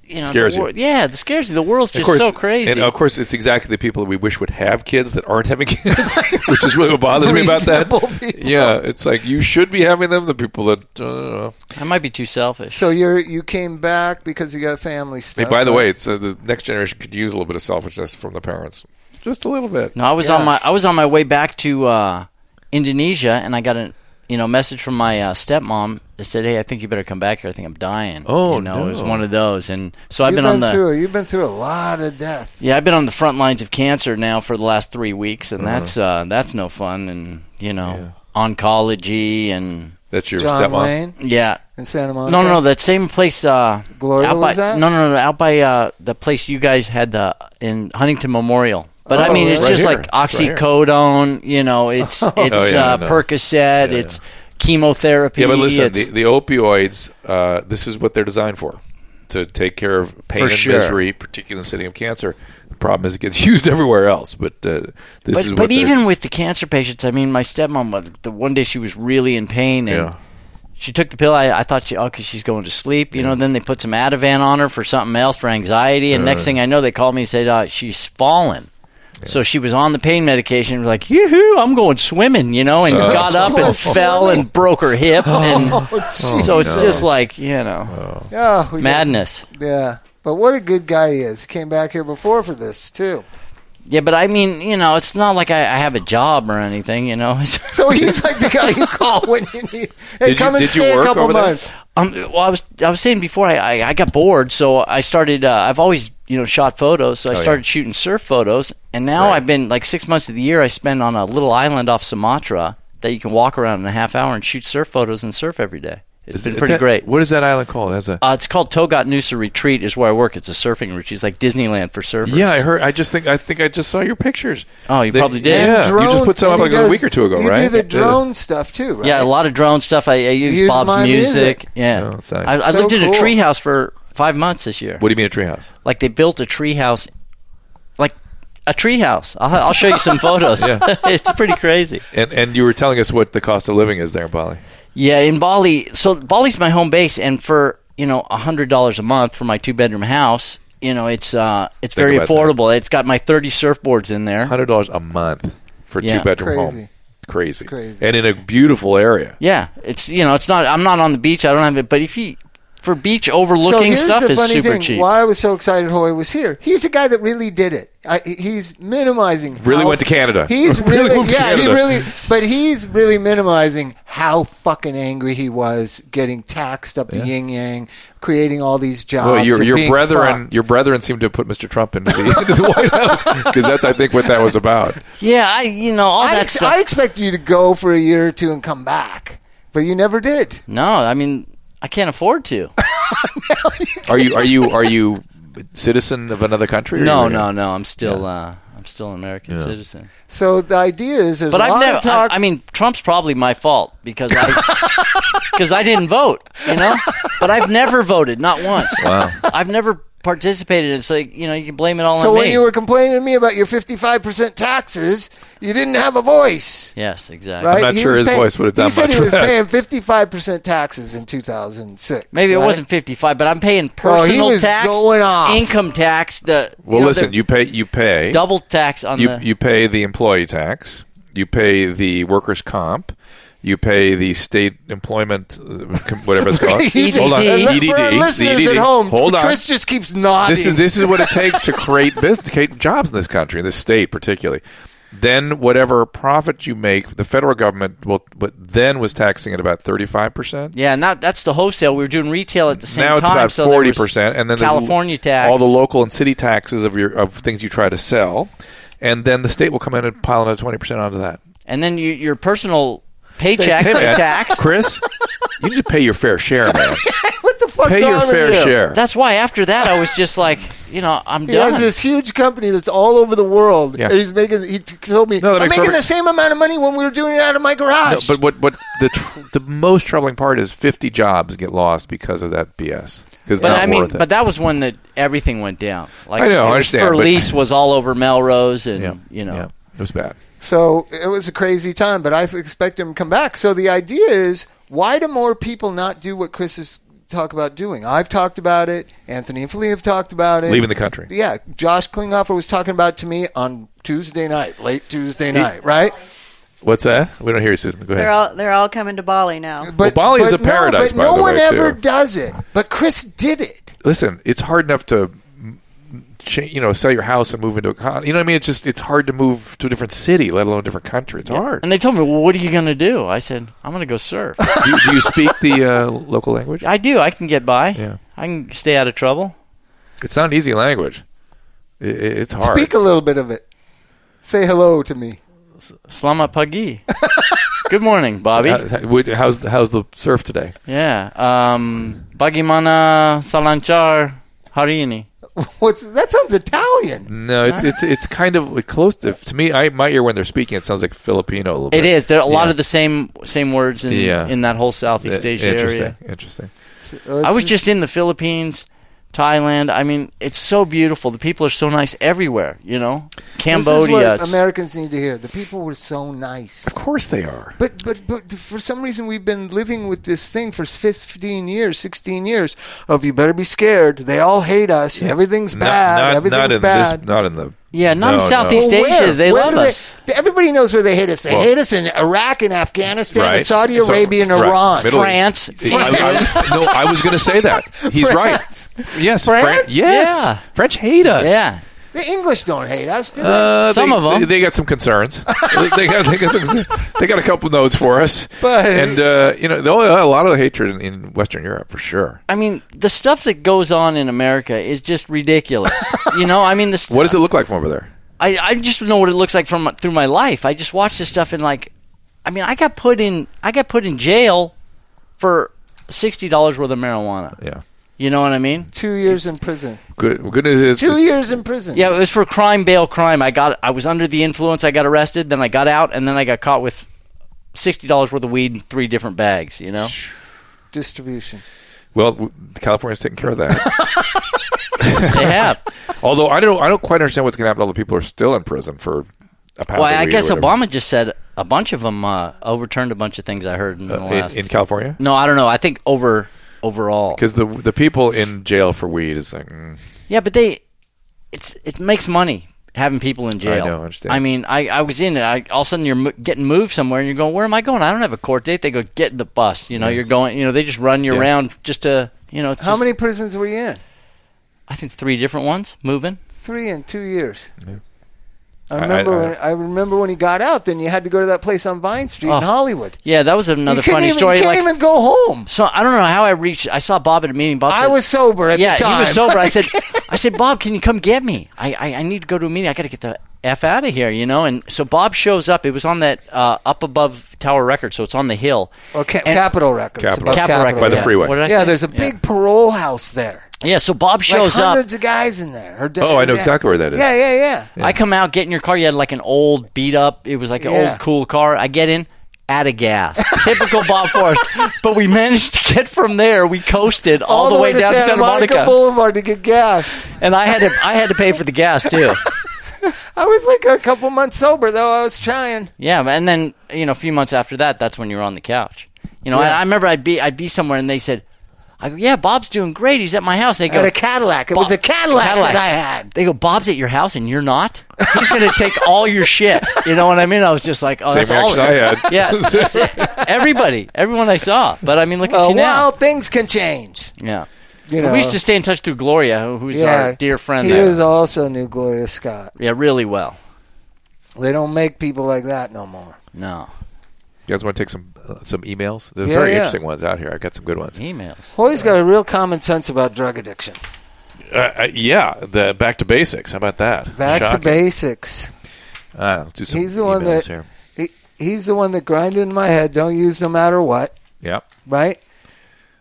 D: you know,
B: Scares
D: the
B: you.
D: wor- Yeah, the scares you. The world's just so crazy.
B: And of course, it's exactly the people that we wish would have kids that aren't having kids, which is really what bothers me about that.
C: Reasonable people.
B: Yeah, it's like you should be having them. The people that. Uh,
D: I might be too selfish.
C: So you are you came back because you got family stuff.
B: Hey, by the
C: right?
B: way, it's uh, the next generation could use a little bit of selfishness from the parents, just a little bit.
D: No, I was
C: Yeah.
D: on my I was on my way back to uh, Indonesia, and I got a you know message from my uh, stepmom that said, "Hey, I think you better come back here. I think I'm dying."
B: Oh,
D: you know, it was
B: no.
D: one of those, and so I've
C: you've
D: been,
C: been,
D: on the
C: through you've been through a lot of death.
D: yeah I've been on the front lines of cancer now for the last three weeks, and
B: Uh-huh.
D: that's uh, that's no fun, and you know oncology and
B: That's your
C: John
B: stepmom.
C: Wayne
D: yeah.
C: in Santa
B: Oh,
C: Monica.
D: No, no, no. That same place. Uh,
C: Gloria
D: out by,
C: was at?
D: No, no, no. Out by uh, the place you guys had the in Huntington Memorial. But I
C: Oh,
D: mean, it's
C: right
D: just
B: here.
D: like
B: It's right here. Oh,
D: oxycodone. you know, it's it's
B: yeah,
D: uh,
B: no.
D: Percocet.
B: yeah.
D: it's chemotherapy.
B: Yeah, but listen,
D: it's-
B: the, the opioids. Uh, this is what they're designed for: to take care of pain
D: For
B: and
D: sure.
B: misery, particularly in the city of cancer. The problem is it gets used everywhere else. But uh, this is
D: but
B: what
D: but
B: they're-
D: even with the cancer patients, I mean, my stepmom, was- the one day she was really in pain, and
B: Yeah.
D: she took the pill. I, I thought she, oh, 'cause she's going to sleep, you know. Then they put some Ativan on her for something else for anxiety, and
B: Uh.
D: next thing I know, they called me and said uh, she's fallen. So she was on the pain medication. Was like, yoo-hoo, I'm going swimming, you know, and got up and fell and broke her hip,
B: Oh,
D: and Oh, so it's just like you know
C: Oh, we got-
D: madness.
C: Yeah. But what a good guy he is. Came back here before for this, too.
D: Yeah, but I mean, you know, it's not like I, I have a job or anything, you know. It's,
C: So he's like the guy you call when you need. Hey,
B: Did you-
C: come and
B: did you
C: stay a
B: work
C: couple
B: over there?
C: months.
D: um, well, I was I was saying before I, I, I got bored, so I started. Uh, I've always you know shot photos, so I
B: Oh, yeah.
D: started shooting surf photos, and now I've been like six months of the year I spend on a little island off Sumatra that you can walk around in a half hour and shoot surf photos and surf every day. It's been
B: Is
D: pretty
B: that-
D: great.
B: What is that island called? That's a
D: Uh, it's called Togat Noosa Retreat. Is where I work. It's a surfing retreat. It's like Disneyland for surfers.
B: yeah, I heard. I just think I think I just saw your pictures.
D: Oh, you probably did.
B: Yeah,
C: And drone-
B: you just put some up
C: and
B: like
C: he
B: a
C: does-
B: week or two ago,
C: you
B: right?
C: do the drone stuff too, right?
D: Yeah, a lot of drone stuff. I, I use,
C: Use
D: Bob's
C: my
D: music.
C: music.
D: Yeah,
B: Oh, that's nice.
D: I, I
C: So
D: lived in a
C: cool.
D: treehouse for five months this year.
B: What do you mean a treehouse?
D: Like they built a treehouse, like a treehouse. I'll, I'll show you some photos.
B: Yeah.
D: it's pretty crazy.
B: And and you were telling us what the cost of living is there in Bali.
D: Yeah, in Bali. So Bali's my home base, and for you know hundred dollars a month for my two bedroom house, you know it's uh it's
B: Think
D: very
B: about that.
D: affordable. It's got my thirty surfboards in there.
B: Hundred dollars a month for
D: Yeah.
B: two bedroom
C: That's
B: home. Crazy.
C: crazy.
B: And in a beautiful area.
D: Yeah, it's you know it's not. I'm not on the beach. I don't have it. But if you for beach
C: So
D: overlooking
C: here's
D: stuff
C: the
D: is
C: funny
D: super
C: thing.
D: cheap.
C: Why I was so excited Hoy was here. He's a guy that really did it. I, he's minimizing.
B: Really
C: how-
B: went to Canada.
C: He's
B: Really
C: really,
B: moved to
C: yeah. He
B: Canada.
C: really, but he's really minimizing how fucking angry he was getting taxed up the yin yang, creating all these jobs.
D: Uh,
B: Well, your
C: and
B: your
C: being
B: brethren,
C: fucked.
B: your brethren seem to have put Mr. Trump into the, into the White House because that's I think what that was about.
D: Yeah, I you know all
C: I,
D: that
C: ex-
D: stuff.
C: I expected you to go for a year or two and come back, but you never did.
D: no, I mean I can't afford to.
B: Are you are you are you citizen of another country? or
D: no,
B: you're-
D: no, no. I'm still uh, I'm still an American citizen.
C: So the idea is there's
D: But
C: a
D: I've
C: lot
D: never.
C: of talk.
D: I, I mean, Trump's probably my fault because I because I didn't vote. You know, but I've never voted, not once. Wow. I've never participated. It's like you know you can blame it all
C: so
D: on
C: when
D: me.
C: you were complaining to me about your 55% taxes, you didn't have a voice.
D: yes, exactly.
C: Right?
B: not
C: He
B: sure
C: was
B: his
C: paying-
B: voice would have done
C: He said
B: much
C: he
B: for
C: was
B: that.
C: paying 55% taxes in 2006.
D: Maybe it
C: right?
D: wasn't 55, but I'm paying personal
C: Well, he was
D: tax,
C: going off.
D: income tax, the
B: Well,
D: you know,
B: listen.
D: the
B: You pay. You pay.
D: double tax on
B: you
D: the
B: you pay the employee tax, you pay the workers' comp, you pay the state employment, uh, com- whatever it's
D: E
B: called.
C: You just-
B: Hold on, E
C: and
D: EDD.
C: look, For our
B: The
C: listeners
B: EDD.
C: at home,
B: Hold on.
C: Chris just keeps nodding.
B: This is this is what it takes to create business, create jobs in this country, in this state particularly. Then whatever profit you make, the federal government will, but then was taxing at about thirty five percent.
D: yeah. Now that's the wholesale. We were doing retail at the same
B: Now it's
D: time.
B: about
D: so there
B: forty
D: was
B: percent, and then there's
D: California tax,
B: all the local and city taxes of your of things you try to sell, and then the state will come in and pile another twenty percent onto that.
D: and then you, your personal paycheck
B: Hey, man,
D: tax.
B: Chris. You need to pay your fair share, man.
C: what the fuck
B: pay
C: wrong
B: your
C: with
B: fair
C: you?
B: share.
D: That's why after that I was just like, you know, I'm
C: He
D: done.
C: has this huge company that's all over the world.
B: Yeah.
C: And he's making. He t- told me
B: No, that
C: I'm
B: makes
C: making
B: perfect-
C: the same amount of money when we were doing it out of my
B: No,
C: garage.
B: but what what the tr- the most troubling part is 50 jobs get lost because of that BS. Because
D: but
B: not
D: I mean,
B: worth it.
D: but that was when that everything went down. Like
B: I know, I
D: it was
B: understand, but-
D: Furlease was all over Melrose, and
B: yeah,
D: you know,
B: yeah, it was bad.
C: so it was a crazy time. But I expect him to come back. So the idea is, why do more people not do what Chris is talk about doing? I've talked about it. Anthony and Flea have talked about it.
B: Leaving the country.
C: Yeah, Josh Klinghoffer was talking about it to me on Tuesday night, late Tuesday night, right?
B: What's that? We don't hear you, Susan. Go
F: They're
B: ahead.
F: all they're all coming to Bali now.
C: But
B: Bali is
C: but
B: a paradise, by
C: No, but no
B: the
C: one
B: way,
C: ever
B: too.
C: does it. But Chris did it.
B: Listen, it's hard enough to. cha- You know, sell your house and move into a con. You know what I mean? It's just it's hard to move to a different city, let alone a different country. It's hard.
D: and they told me, well, what are you going to do? I said, I'm going to go surf.
B: do, you, do you speak the uh, local language?
D: I do. I can get by.
B: Yeah.
D: I can stay out of trouble.
B: It's not an easy language. I i it's hard.
C: Speak a little bit of it. Say hello to me.
D: Slama pagi. Good morning, Bobby.
B: How- would- how's how's the surf today?
D: Yeah. Um, bagimana salanchar harini.
C: What's that? Sounds Italian.
B: No, it's it's it's kind of close to to me. I my ear when they're speaking, it sounds like Filipino a little bit.
D: It is. There are a lot
B: Yeah.
D: of the same same words in
B: Yeah.
D: in that whole Southeast
B: I-
D: Asia
B: interesting,
D: area.
B: Interesting.
D: I was just in the Philippines, Thailand. I mean, it's so beautiful. The people are so nice everywhere. You know, Cambodia.
C: This
D: it's-
C: is what Americans need to hear. The people were so nice.
B: Of course they are.
C: But, but but for some reason we've been living with this thing for 15 years, 16 years of you better be scared. They all hate us. Everything's bad. Everything's
B: not in
C: bad.
B: This, not in the.
D: yeah, not in
B: No, no.
D: Southeast
C: Well,
D: Asia.
C: where?
D: They
C: Where
D: love
C: do
D: us.
C: Everybody knows where they hate us. They
B: Well-
C: hate us in Iraq and Afghanistan and
B: Right.
C: Saudi
B: So-
C: Arabia and
B: right.
C: Iran.
B: Middle
D: France.
B: East. I- I- no, I was going to say that. He's
C: France.
B: right. Yes,
C: France?
B: Fran- yes,
D: Yeah.
B: French hate us.
D: Yeah.
C: The English don't hate us, do they?
B: Uh,
D: Some
B: they,
D: of 'em.
B: They, they got some concerns. they, they got, they, got some, they got a couple notes for us.
C: But-
B: and, uh, you know, there a lot of hatred in, in Western Europe for sure.
D: I mean, the stuff that goes on in America is just ridiculous. you know, I mean, this.
B: What does it look like from over there?
D: I, I just know what it looks like from through my life. I just watch this stuff and like, I mean, I got put in I got put in jail for sixty dollars worth of marijuana.
B: Yeah.
D: You know what I mean?
C: Two years in prison.
B: Good, good news is.
C: Two
B: it's-
C: years in prison.
D: Yeah, it was for crime bail crime. I got I was under the influence. I got arrested. Then I got out, and then I got caught with sixty dollars worth of weed in three different bags. You know,
C: Distribution.
B: Well, w- California's taking care of that.
D: they have.
B: Although I don't, I don't quite understand what's going to happen. to All the people who are still in prison for a pound.
D: Well,
B: of
D: I
B: weed or
D: guess
B: whatever.
D: Obama just said a bunch of them uh, overturned a bunch of things. I heard in the
B: Uh,
D: last.
B: in, in California
D: no, I don't know. I think over overall.
B: because the the people in jail for weed is like mm,
D: Yeah, but they, it's it makes money having people in jail.
B: know, I understand.
D: I mean, I, I was in it. I, all of a sudden, you're mo- getting moved somewhere, and you're going, "Where am I going? I don't have a court date." They go, "Get in the bus." You know, you're going. You know, they just run you
B: Yeah.
D: around just to. You know, it's
C: How
D: just-
C: many prisons were you in?
D: I think three different ones moving.
C: Three in two years.
B: I-
C: I remember.
B: I-
C: when, I remember when he got out. Then you had to go to that place on Vine Street
D: Oh.
C: in Hollywood.
D: Yeah, that was another
C: you couldn't
D: funny
C: even,
D: story.
C: You can't
D: like,
C: even go home.
D: so I don't know how I reached. I saw Bob at a meeting. Bob,
C: I
D: said-
C: was sober at
D: yeah,
C: the time.
D: he was sober. I said, I said, Bob, can you come get me? I, I, I need to go to a meeting. I got to get the f out of here, you know. And so Bob shows up. It was on that uh, up above Tower Records, so it's on the hill.
C: Well, Oh, ca-
D: And-
C: Capitol Records.
B: Capitol.
C: about
D: Capitol Records
B: By the
D: yeah.
B: freeway.
D: What did I
C: Yeah,
D: say?
C: there's a big parole house there.
D: Yeah, so Bob
C: Like
D: shows up.
C: hundreds of guys in there. Or-
B: Oh, I know
C: yeah.
B: exactly where that is.
C: Yeah, yeah, yeah.
D: I come out, get in your car. You had like an old beat up. It was like an
C: Yeah.
D: old cool car. I get in. Out of gas, typical Bob Forrest. But we managed to get from there. We coasted all, the, way,
C: to
D: down to
C: Santa,
D: Santa
C: Monica,
D: Monica,
C: Boulevard to get gas.
D: and I had to I had to pay for the gas too.
C: I was like a couple months sober though. I was trying.
D: Yeah, but- and then you know, a few months after that, that's when you were on the couch. You know,
C: Yeah.
D: I, I remember I'd be I'd be somewhere, and they said, "I go, yeah, Bob's doing great. He's at my house." They
C: I
D: go,
C: had a Cadillac. It
D: "Bob-
C: was a Cadillac, that I had.
D: They go, "Bob's at your house, and you're not. He's going to take all your shit." You know what I mean? I was just like, "Oh,
B: same
D: that's all."
B: reaction I had.
D: Yeah, that's it. everybody, everyone I saw. But I mean, look at
C: Uh,
D: you
C: well,
D: now.
C: things can change.
D: Yeah,
C: You know.
D: we used to stay in touch through Gloria, who- who's our dear friend.
C: He
D: there.
C: was also new Gloria Scott.
D: yeah, really well.
C: They don't make people like that no more.
D: No
B: You guys want to take some uh, some emails? There's
C: Yeah,
B: very
C: yeah.
B: interesting ones out here. I got some good ones.
D: emails.
C: Hoy's got a real common sense about drug addiction.
B: Uh, uh, yeah, the back to basics. How about that?
C: Back
B: Shocking.
C: to basics.
B: Uh, do some
C: He's the one
B: emails
C: that
B: here.
C: he, he's the one that grinded in my head. Don't use no matter what.
B: Yeah.
C: Right?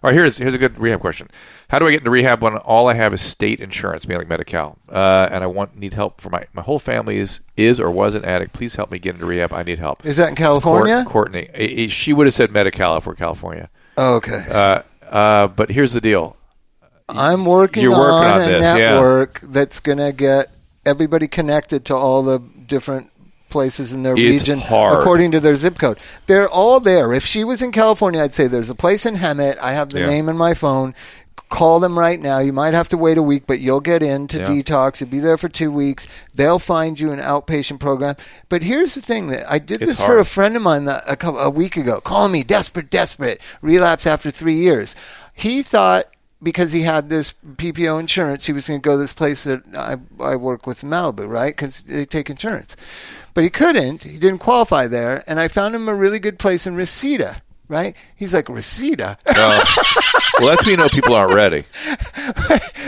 B: All right, here's here's a good rehab question. How do I get into rehab when all I have is state insurance, meaning like Medi-Cal, uh, and I want need help for my my whole family is is or was an addict. Please help me get into rehab. I need help.
C: Is that in
B: It's Court-
C: California?
B: Courtney, Eh, eh, she would have said Medi-Cal if we're California.
C: Oh, okay.
B: Uh, uh, but here's the deal.
C: I'm working,
B: you're working
C: on,
B: on
C: a
B: this, yeah.
C: network that's going to get everybody connected to all the different places in their
B: It's
C: region
B: hard.
C: according to their zip code. They're all there. If she was in California, I'd say there's a place in Hemet. I have the
B: Yeah.
C: name in my phone. Call them right now. You might have to wait a week, but you'll get in to
B: Yeah.
C: detox. You'll be there for two weeks. They'll find you an outpatient program. But here's the thing that I did
B: It's
C: this for
B: hard.
C: a friend of mine that- a, couple, a week ago. Call me desperate, desperate. Relapse after three years. He thought because he had this PPO insurance, he was going to go to this place that I, I work with in Malibu, right? Because they take insurance. But he couldn't. He didn't qualify there. And I found him a really good place in Reseda, right? He's like, Reseda?
B: Uh, well, that's when you know people aren't ready.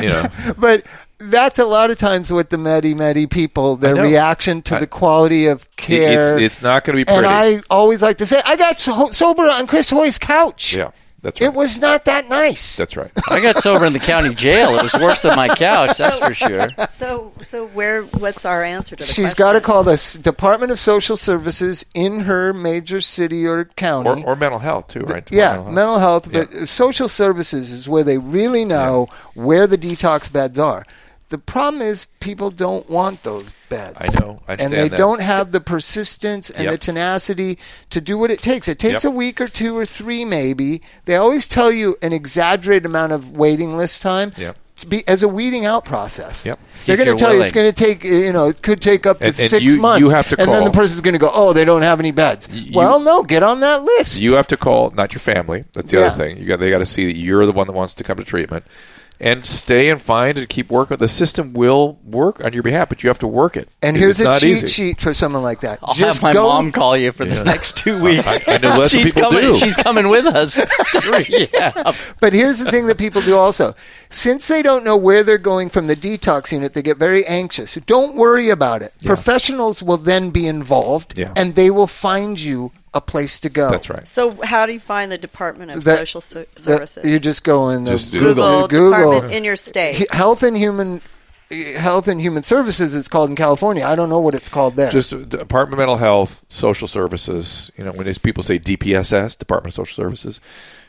B: You know,
C: but that's a lot of times what the Medi Medi people, their
B: know.
C: reaction to
B: I-
C: the quality of care.
B: it's- it's not gonna be
C: And
B: pretty.
C: I always like to say, I got so- sober on Chris Hoy's couch.
B: yeah, that's right.
C: It was not that nice.
B: that's right.
D: I got sober in the county jail. It was worse than my couch, that's for sure.
F: So, so where? What's our answer to the?
C: She's
F: question?
C: got to call the S- Department of Social Services in her major city or county.
B: Or, or mental health too, right?
C: yeah, mental health,
B: Yeah.
C: but social services is where they really know where the detox beds are. The problem is people don't want those beds.
B: I know. I
C: and
B: understand
C: they
B: that.
C: don't have the persistence and
B: Yep.
C: the tenacity to do what it takes. It takes
B: Yep.
C: a week or two or three, maybe. They always tell you an exaggerated amount of waiting list time.
B: Yep.
C: to Be, as a weeding out process,
B: Yep.
D: See
C: they're
D: if
C: going
D: you're
C: to tell you it's
D: willing.
C: going to take. eh, You know, it could take up to
B: And- and
C: six
B: you-
C: months.
B: you have to
C: and then the
B: call.
C: person's going to go, "Oh, they don't have any beds."
B: You-
C: well, no, get on that list.
B: You have to call, not your family. That's the
C: Yeah.
B: other thing. You got they got to see that you're the one that wants to come to treatment. and stay and find and keep working. The system will work on your behalf, but you have to work it.
C: And
B: It-
C: here's
B: it's
C: a
B: not
C: cheat
B: easy.
C: sheet for someone like that.
D: I'll
C: Just
D: have my
C: go
D: mom call you for the next two weeks.
B: I- I know lots of
D: she's
B: people
D: coming.
B: do.
D: She's coming with us. yeah.
C: But here's the thing that people do also. Since they don't know where they're going from the detox unit, they get very anxious. Don't worry about it. Professionals will then be involved
B: Yeah.
C: and they will find you a place to go.
B: That's right.
F: So, how do you find the Department of
C: That-
F: Social so-
C: that-
F: Services?
C: You just go in the
B: Just do
F: Google,
C: Google.
F: Department in your state.
C: He- Health and Human Health and Human Services it's called in California. I don't know what it's called there.
B: Just uh, Department of Mental Health, Social Services. You know, when these people say DPSS, Department of Social Services,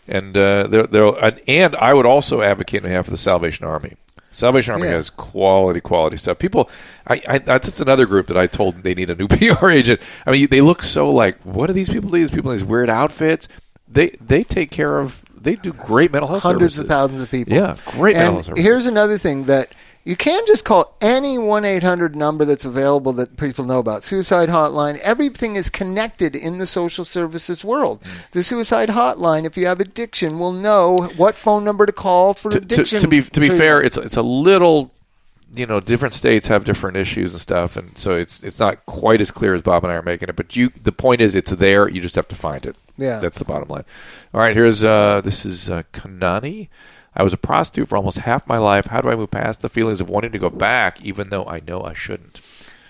B: and uh, they're, they're, and, and I would also advocate on behalf of the Salvation Army. Salvation Army
C: Yeah.
B: has quality, quality stuff. People, I, I that's just another group that I told they need a new PR agent. I mean, they look so like, what do these people? do? These people in these weird outfits. They they take care of. They do great mental health.
C: hundreds
B: services.
C: of thousands of people.
B: Yeah, great mental
C: And
B: health services.
C: here's another thing that you can just call any one eight hundred number that's available that people know about. Suicide hotline. Everything is connected in the social services world.
B: Mm.
C: The suicide hotline, if you have addiction, will know what phone number to call for
B: to, to,
C: addiction.
B: to be to be
C: treatment.
B: fair, it's it's a little you know different states have different issues and stuff, and so it's it's not quite as clear as Bob and I are making it. But you the point is it's there. You just have to find it.
C: Yeah.
B: that's the bottom line. All right, here's uh, this is uh, Kanani. I was a prostitute for almost half my life. How do I move past the feelings of wanting to go back, even though I know I shouldn't?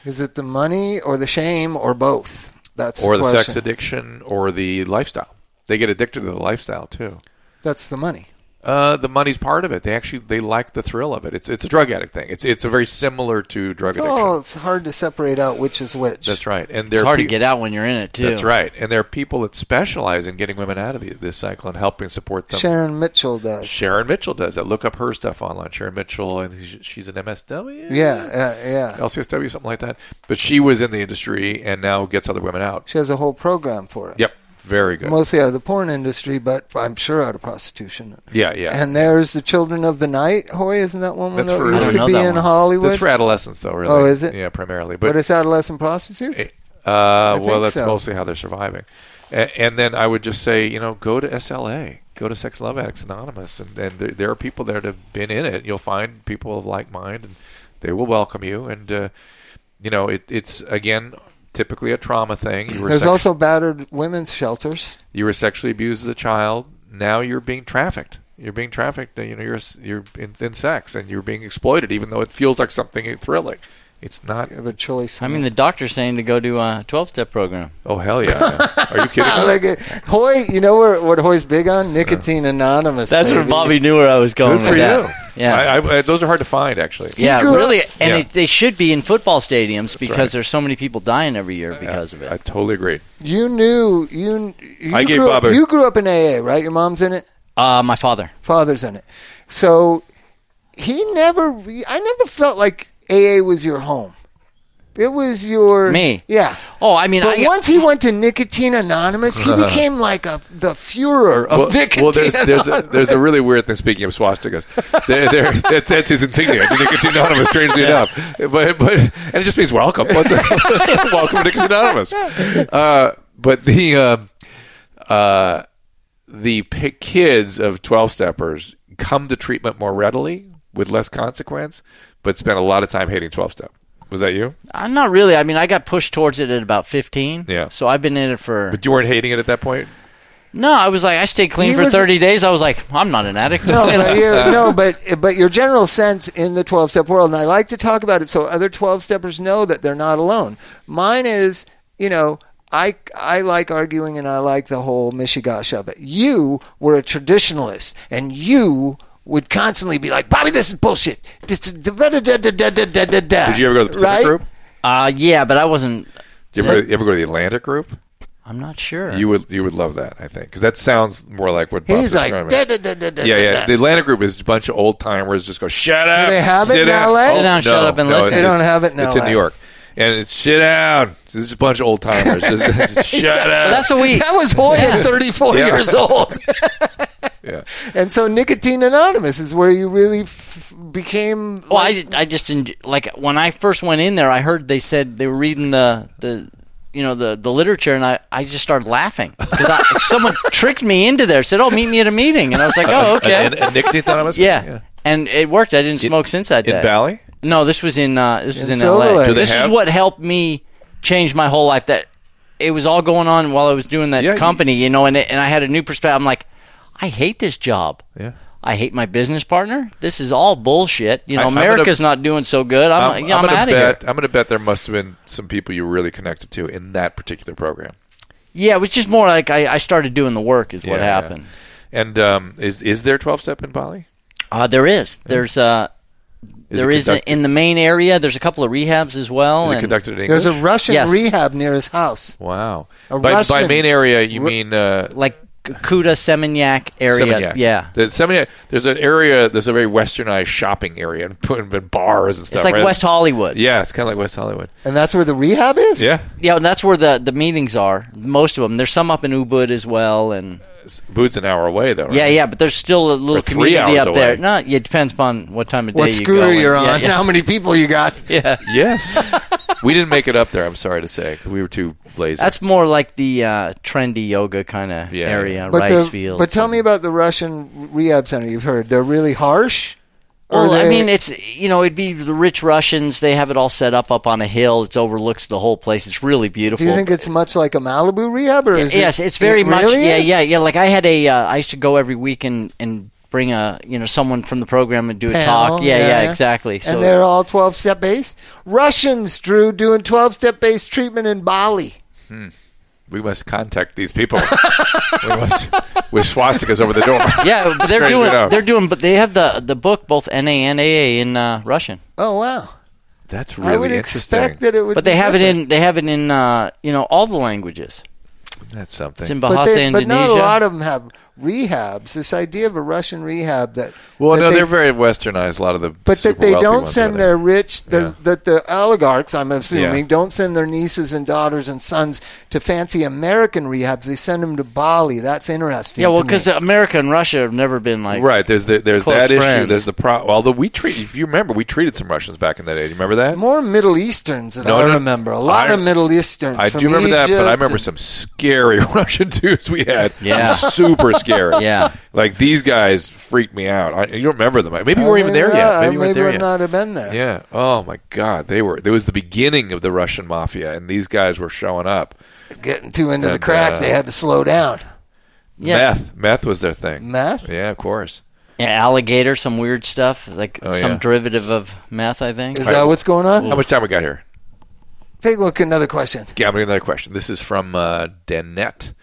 C: is it the money or the shame or both? That's
B: Or the sex
C: question.
B: addiction, or the lifestyle. They get addicted to the lifestyle too.
C: That's the money.
B: Uh, the money's part of it. They actually they like the thrill of it. It's it's a drug addict thing. It's it's a very similar to drug addiction.
C: Oh, it's hard to separate out which is which.
B: That's right. And there
D: It's hard
B: are
D: to get out when you're in it too.
B: That's right. And there are people that specialize in getting women out of the, this cycle and helping support them.
C: Sharon Mitchell does.
B: Sharon Mitchell does that. Look up her stuff online. Sharon Mitchell, and she's- she's an MSW.
C: Yeah, yeah,
B: Oh.
C: yeah.
B: LCSW, something like that. But she was in the industry and now gets other women out.
C: She has a whole program for it.
B: Yep. Very good.
C: mostly out of the porn industry, but I'm sure out of prostitution.
B: yeah, yeah.
C: And there's the Children of the Night. Hoy, isn't that one
B: That's
C: that
B: for- I
C: used
B: don't
C: to
D: know
C: be
D: that
C: in
D: one.
C: Hollywood?
B: That's for adolescents, though, really.
C: Oh, is it?
B: Yeah, primarily. But,
C: but, it's adolescent prostitutes.
B: Uh, well,
C: think
B: that's
C: so.
B: mostly how they're surviving. And, and then I would just say, you know, go to SLA, go to Sex Love Addicts Anonymous, and, and there- there are people there that have been in it. You'll find people of like mind, and they will welcome you. And uh, you know, it, it's again typically a trauma thing. You were
C: There's
B: sexu-
C: also battered women's shelters.
B: you were sexually abused as a child. Now you're being trafficked. You're being trafficked. You know, you're you're in, in sex, and you're being exploited, even though it feels like something thrilling. It's not.
C: You have a choice.
D: I mean, the doctor's saying to go do a 12-step program.
B: Oh hell yeah! I am. Are you kidding? me?
C: like it, Hoy, you know where, what Hoy's big on? Nicotine Anonymous.
D: That's where
C: baby.
D: Bobby knew where I was going
B: Good
D: with
B: for
D: that.
B: you.
D: Yeah.
B: I, I, uh, those are hard to find, actually.
D: yeah,
C: grew up-
D: really, and
B: Yeah.
D: It, they should be in football stadiums because
B: right.
D: there's so many people dying every year because of it.
B: I totally agree.
C: You knew you. you
B: I gave
C: grew up,
B: Bob a-
C: You grew up in AA, right? Your mom's in it.
D: Uh, my father.
C: father's in it. So he never. Re- I never felt like AA was your home. It was your
D: Me.
C: Yeah.
D: Oh, I mean,
C: But
D: I,
C: once he went to Nicotine Anonymous, he became like a the Fuhrer of Nicotine
B: there's, there's, a,
C: Anonymous.
B: there's a really weird thing. Speaking of swastikas, there, there, that, that's his insignia. The Nicotine Anonymous, strangely enough, but but and it just means welcome. What's that? welcome, Nicotine Anonymous. Uh, but the uh, uh, the p- kids of twelve steppers come to treatment more readily with less consequence, but spend a lot of time hating twelve step. Was that you?
D: I'm Uh, not really. I mean, I got pushed towards it at about 15.
B: Yeah.
D: So I've been in it for.
B: But you weren't hating it at that point.
D: no, I was like, I stayed
C: He
D: clean for
C: was-
D: 30 days. I was like, I'm not an addict.
C: No, but you- no, but but your general sense in the twelve step world, and I like to talk about it so other twelve steppers know that they're not alone. Mine is, you know, I I like arguing and I like the whole mishigash of it. You were a traditionalist, and you would constantly be like, Bobby, this is bullshit. This is da- da- da- da- da- da- da- da- da."
B: Did you ever go to the Pacific
C: Right?
B: Group?
D: uh, yeah, but I wasn't.
B: Did you ever, you ever go to the Atlantic Group?
D: I'm not sure.
B: You would you would love that, I think, because that sounds more like what Bob's
C: He's like,
B: describing.
C: da- da- da- da- da-
B: yeah,
C: da-
B: yeah. The
C: da.
B: Atlanta group is a bunch of old timers just go shut up.
C: they have it
B: sit
C: in
B: down.
C: LA?
D: Sit down, shut up, and listen.
B: it's-
C: They don't have it in
B: It's in
C: LA.
B: New York, and it's shit down. This is a bunch of old timers. Just- just shut up.
D: But that's what we.
C: That was Hoy at 34
B: Yeah.
C: years old.
B: yeah.
C: And so Nicotine Anonymous is where you really f- became.
D: Well, I,
C: like-
D: did- I just enj- like when I first went in there, I heard they said they were reading the the you know the the literature, and I I just started laughing 'Cause I, someone tricked me into there. Said, "Oh, meet me at a meeting," and I was like, "Oh, okay."
B: And, and, and Nicotine's Anonymous?
D: yeah. and it worked. I didn't smoke since that
B: in
D: day.
B: Valley?
D: No, this was in uh, this was
C: In
D: in,
C: Silver
D: L.A.
C: Lake. Do they
D: This is
B: have-
D: what helped me change my whole life. That it was all going on while I was doing that
B: Yeah, you-
D: company, you know, and it, and I had a new perspective. I'm like, I hate this job.
B: Yeah.
D: I hate my business partner. This is all bullshit. You know,
B: I- I'm gonna-
D: America's not doing so good. I'm,
B: I'm,
D: you know, I'm,
B: I'm gonna
D: out of here.
B: bet. I'm gonna bet there must have been some people you really connected to in that particular program.
D: Yeah, it was just more like I, I started doing the work is what
B: Yeah,
D: happened.
B: yeah. And um, is is there twelve step in Bali?
D: Uh, there is. There's uh,
B: Is
D: there
B: it
D: is a-
B: conducted-
D: in the main area. There's a couple of rehabs as well.
B: Is it
D: and-
B: conducted in English?
C: There's a Russian
D: Yes.
C: rehab near his house.
B: wow.
C: A
B: By, by
C: Russians.
B: main area, you
C: Ru-
B: mean uh,
D: like Kuta Seminyak area.
B: Seminyak.
D: Yeah.
B: The Seminyak- there's an area. There's a very westernized shopping area and putting bars and stuff.
D: It's like
B: right?
D: West Hollywood.
B: Yeah, it's kind of like West Hollywood.
C: And that's where the rehab is?
B: Yeah,
D: Yeah, and that's where the, the meetings are. Most of them. There's some up in Ubud as well, and
B: It's- Boot's an hour away though. right?
D: yeah, yeah. But there's still a little
B: Or three
D: community
B: hours
D: up there.
B: away.
D: No, yeah, it depends upon what time of day
C: What
D: you
C: scooter
D: go.
C: you're
D: and-
C: on,
D: yeah,
C: and
D: yeah.
C: how many people you got.
B: Yes. we didn't make it up there. I'm sorry to say 'cause we were too lazy.
D: That's more like the uh, trendy yoga kind of
B: Yeah,
D: area,
B: yeah.
C: But,
D: rice
C: the-
D: fields.
C: but tell
D: and-
C: me about the Russian rehab center you've heard. They're really harsh? Or
D: Well, I
C: they-
D: mean, it's you know, it'd be the rich Russians. They have it all set up up on a hill. It overlooks the whole place. It's really beautiful.
C: Do you think it's much like a Malibu rehab, or is it-
D: yes, it's very
C: it
D: much.
C: really
D: yeah,
C: is?
D: yeah, yeah. Like I had a, uh, I used to go every week and and bring a you know someone from the program and do a
C: Panel,
D: talk. Yeah, yeah, exactly. So
C: And they're all twelve step based. Russians, Drew, doing twelve step based treatment in Bali.
B: we must contact these people. we must, with swastikas over the door.
D: yeah, but they're
B: Straight
D: doing
B: it up.
D: they're doing, but they have the the book both NA and AA in uh, Russian.
C: Oh wow!
B: That's
C: I
B: really
C: would
B: interesting.
C: expect that it would.
D: But
C: be
D: they have it
C: different.
D: in they have it in uh, you know all the languages.
B: That's
D: It's
B: something.
D: in
C: But,
D: Bahasa,
C: they, but
D: Indonesia.
C: not a lot of them have rehabs. This idea of a Russian rehab that
B: well,
C: that
B: no,
C: they-
B: they, are very westernized. A lot of the
C: but that
B: super
C: they
B: wealthy
C: don't
B: ones
C: send
B: are.
C: their rich the,
B: Yeah.
C: that the oligarchs I'm assuming
B: Yeah.
C: don't send their nieces and daughters and sons to fancy American rehabs. They send them to Bali. That's interesting.
D: yeah, well,
C: to me.
D: because America and Russia have never been like
B: right. There's the, there's
D: Close
B: that issue.
D: friends.
B: There's the pro. Although we treat, if you remember, we treated some Russians back in the day. Do you remember that?
C: More Middle Easterns that
B: No,
C: I
B: no,
C: remember. A lot
B: I-
C: of Middle Easterns.
B: I
C: from
B: do remember that, but
C: Egypt
B: I remember
C: and-
B: some scary Russian dudes we had.
D: Yeah.
B: super scary.
D: Yeah.
B: like these guys freaked me out. I, you don't remember them? Maybe you
C: Oh,
B: weren't even there yet.
C: not.
B: Maybe you weren't there
C: would
B: yet.
C: not have been there.
B: Yeah. Oh my God, they were. There was the beginning of the Russian mafia, and these guys were showing up.
C: Getting too into the
B: And,
C: crack,
B: uh,
C: they had to slow down.
D: Yeah.
B: Meth, meth was their thing.
C: Meth?
B: Yeah, of course.
D: Yeah, alligator, some weird stuff, like
B: Oh,
D: some
B: yeah.
D: derivative of meth, I think.
C: Is that what's going
B: How
C: on?
B: much time we got here?
C: Take a look at another question.
B: Okay, I'm gonna get another question. This is from uh, Danette.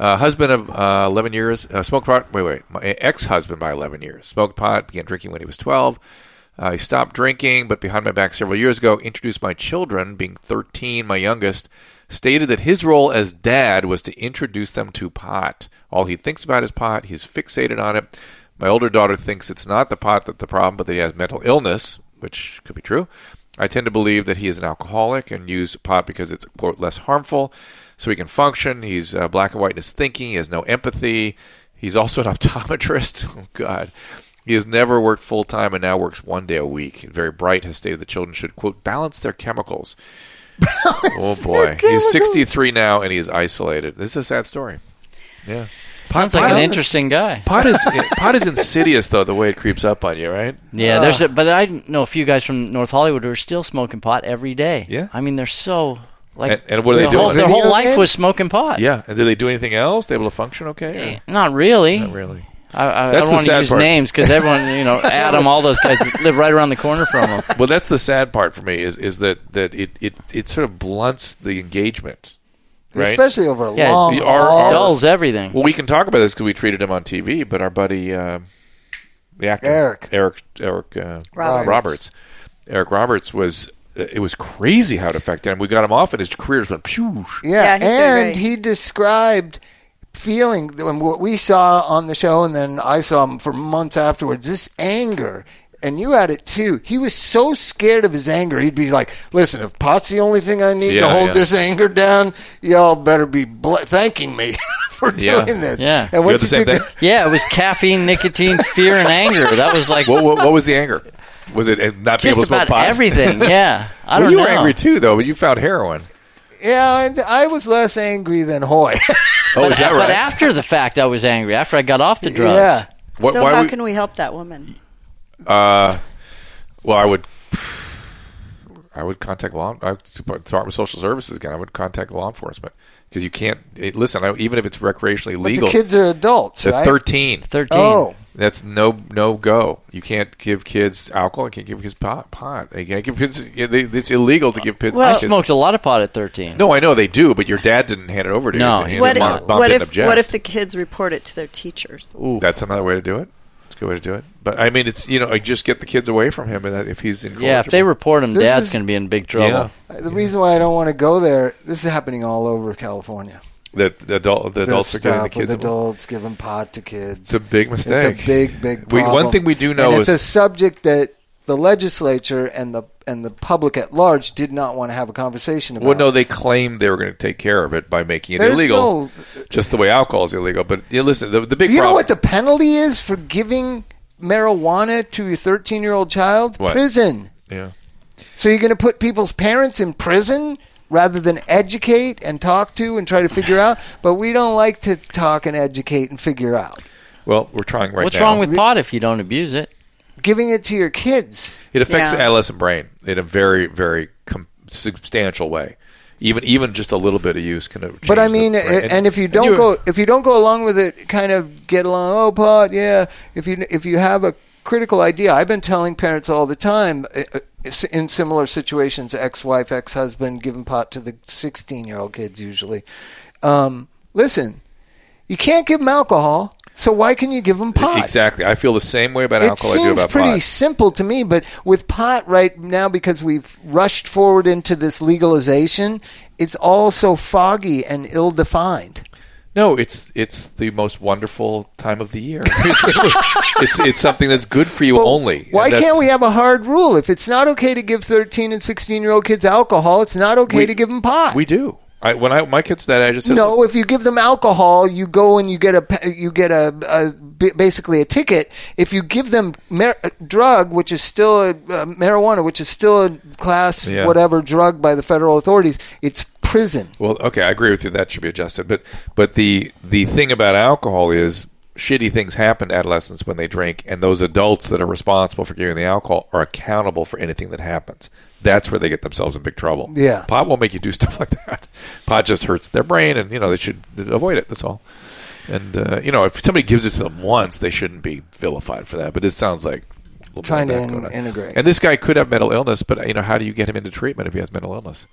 B: Uh, husband of uh, 11 years, uh, smoked pot. Wait, wait. My ex-husband by 11 years. Smoked pot, began drinking when he was 12. Uh, he stopped drinking, but behind my back several years ago, introduced my children, being 13, my youngest, stated that his role as dad was to introduce them to pot. All he thinks about is pot. He's fixated on it. My older daughter thinks it's not the pot that's the problem, but that he has mental illness, which could be true. I tend to believe that he is an alcoholic and use pot because it's quote less harmful, so he can function. He's uh, black and white in his thinking. He has no empathy. He's also an optometrist. oh God. He has never worked full time and now works one day a week. Very bright has stated the children should quote balance their chemicals. oh boy, he's 63 now and he is isolated. This is a sad story. Yeah,
D: Sounds like an
C: pot-
D: interesting guy.
B: pot is eh, pot is insidious though the way it creeps up on you, right?
D: Yeah, there's a, but I know a few guys from North Hollywood who are still smoking pot every day.
B: Yeah.
D: I mean they're so like
B: And- and what are they
D: their whole,
B: doing?
D: Their whole
C: Video
D: life
C: game?
D: was smoking pot.
B: Yeah, and do they do anything else? They able to function okay? or-
D: Not really.
B: Not really.
D: I, I, I
B: That's
D: don't
B: the
D: want to
B: sad
D: use
B: part.
D: names because everyone, you know, Adam, all those guys live right around the corner from them.
B: Well, that's the sad part for me is is that that it it, it sort of blunts the engagement, right?
C: Especially over a
D: Yeah,
C: long
B: the R-
C: haul.
B: R-
D: Dulls everything.
B: well, we can talk about this because we treated him on TV, but our buddy, uh, the actor
C: Eric.
B: Eric Eric uh,
F: Roberts.
B: Roberts, Eric Roberts was uh, it was crazy how it affected him. We got him off, and his career just went. Phew.
C: Yeah,
F: Yeah, he's doing
C: and
F: great.
C: he described feeling when what we saw on the show, and then I saw him for months afterwards. This anger, and you had it too. He was so scared of his anger, he'd be like, "Listen, if pot's the only thing I need to
B: Yeah,
C: hold
B: yeah.
C: this anger down, y'all better be bl- thanking me for
B: Yeah.
C: doing this."
D: Yeah.
C: and
B: You had
C: once
B: the same
C: he took
B: thing.
C: the,
D: Yeah, it was caffeine, nicotine, fear, and anger. That was like
B: What, what, what was the anger? Was it uh, not being
D: just
B: able to smoke
D: about
B: pot?
D: everything. Yeah, I
B: well,
D: don't
B: you
D: know.
B: were angry too, though. But you found heroin.
C: yeah, and I was less angry than Hoy.
B: Oh, is that
D: but
B: right?
D: after the fact, I was angry. After I got off the drugs.
C: yeah,
B: What-
F: so
B: why
F: how
B: we-
F: can we help that woman?
B: Uh, well, I would. I would contact law. I would start with social services again. I would contact law enforcement because you can't it, listen. I, even if it's recreationally
C: But
B: legal,
C: the kids are adults,
B: they're
C: right?
B: thirteen.
D: 13.
C: Oh.
B: That's no no go. You can't give kids alcohol. You can't give kids pot. pot. You can't give kids. It's illegal to give kids.
D: I
B: kids-
D: smoked a lot of pot at 13.
B: No, I know they do, but your dad didn't hand it over to
D: No,
B: you.
D: he
B: He
D: did
F: What
D: Mom-
F: if,
B: didn't.
F: what, if,
B: object.
F: what if the kids report it to their teachers?
B: That's another way to do it. It's a good way to do it. But I mean, it's you know, I just get the kids away from him, and that if he's in
D: Yeah, if they report him,
C: This
D: dad's
C: is-
D: going to be in big trouble.
B: Yeah.
C: The reason why I don't want to go there, this is happening all over California.
B: the, the adult the
C: This
B: adults are getting the
C: stuff with
B: kids. away.
C: adults giving pot to kids.
B: It's a big mistake.
C: It's a big, big
B: We-
C: problem.
B: one thing we do know
C: and
B: is
C: it's a subject that the legislature and the and the public at large did not want to have a conversation about.
B: well, no, they claimed they were going to take care of it by making it
C: There's
B: illegal,
C: no-
B: just the way alcohol is illegal. But yeah, listen, the, the big
C: you
B: problem.
C: know what the penalty is for giving marijuana to your 13 year old child?
B: What?
C: Prison.
B: yeah.
C: So you're going to put people's parents in prison rather than educate and talk to and try to figure out. But we don't like to talk and educate and figure out.
B: Well, we're trying right
D: What's
B: now.
D: wrong with pot if you don't abuse it?
C: Giving it to your kids.
B: It affects the
F: Yeah.
B: adolescent brain in a very, very com- substantial way. Even even just a little bit of use can. change
C: But I
B: the
C: mean,
B: brain.
C: and, and if you don't go, if you don't go along with it, kind of get along. Oh, pot, yeah. If you if you have a critical idea, I've been telling parents all the time uh, uh, in similar situations, ex-wife, ex-husband, giving pot to the sixteen-year-old kids usually. Um, listen, you can't give them alcohol, so why can you give them pot?
B: exactly, I feel the same way about
C: It
B: alcohol. I do
C: seems
B: about
C: pretty
B: pot.
C: simple to me, but with pot right now, because we've rushed forward into this legalization, it's all so foggy and ill defined.
B: No, it's it's the most wonderful time of the year. it's, it's it's something that's good for you only. and
C: Why
B: that's-
C: can't we have a hard rule? If it's not okay to give 13 and 16 year old kids alcohol, it's not okay
B: We-
C: to give them pot.
B: We do. I, when I my kids were that I just said
C: no, if you give them alcohol, you go and you get a pa- you get a, a b- basically a ticket. If you give them mar- drug, which is still a, uh, marijuana, which is still a class
B: Yeah.
C: whatever drug by the federal authorities, it's prison.
B: Well, okay, I agree with you. That should be adjusted. But but the the thing about alcohol is shitty things happen to adolescents when they drink, and those adults that are responsible for giving the alcohol are accountable for anything that happens. That's where they get themselves in big trouble.
C: Yeah.
B: pot won't make you do stuff like that. Pot just hurts their brain, and you know they should avoid it. That's all. And uh, you know, if somebody gives it to them once, they shouldn't be vilified for that. But it sounds like a little bit
C: Trying
B: of
C: to
B: that
C: in-
B: going on.
C: integrate.
B: And this guy could have mental illness, but you know, how do you get him into treatment if he has mental illness?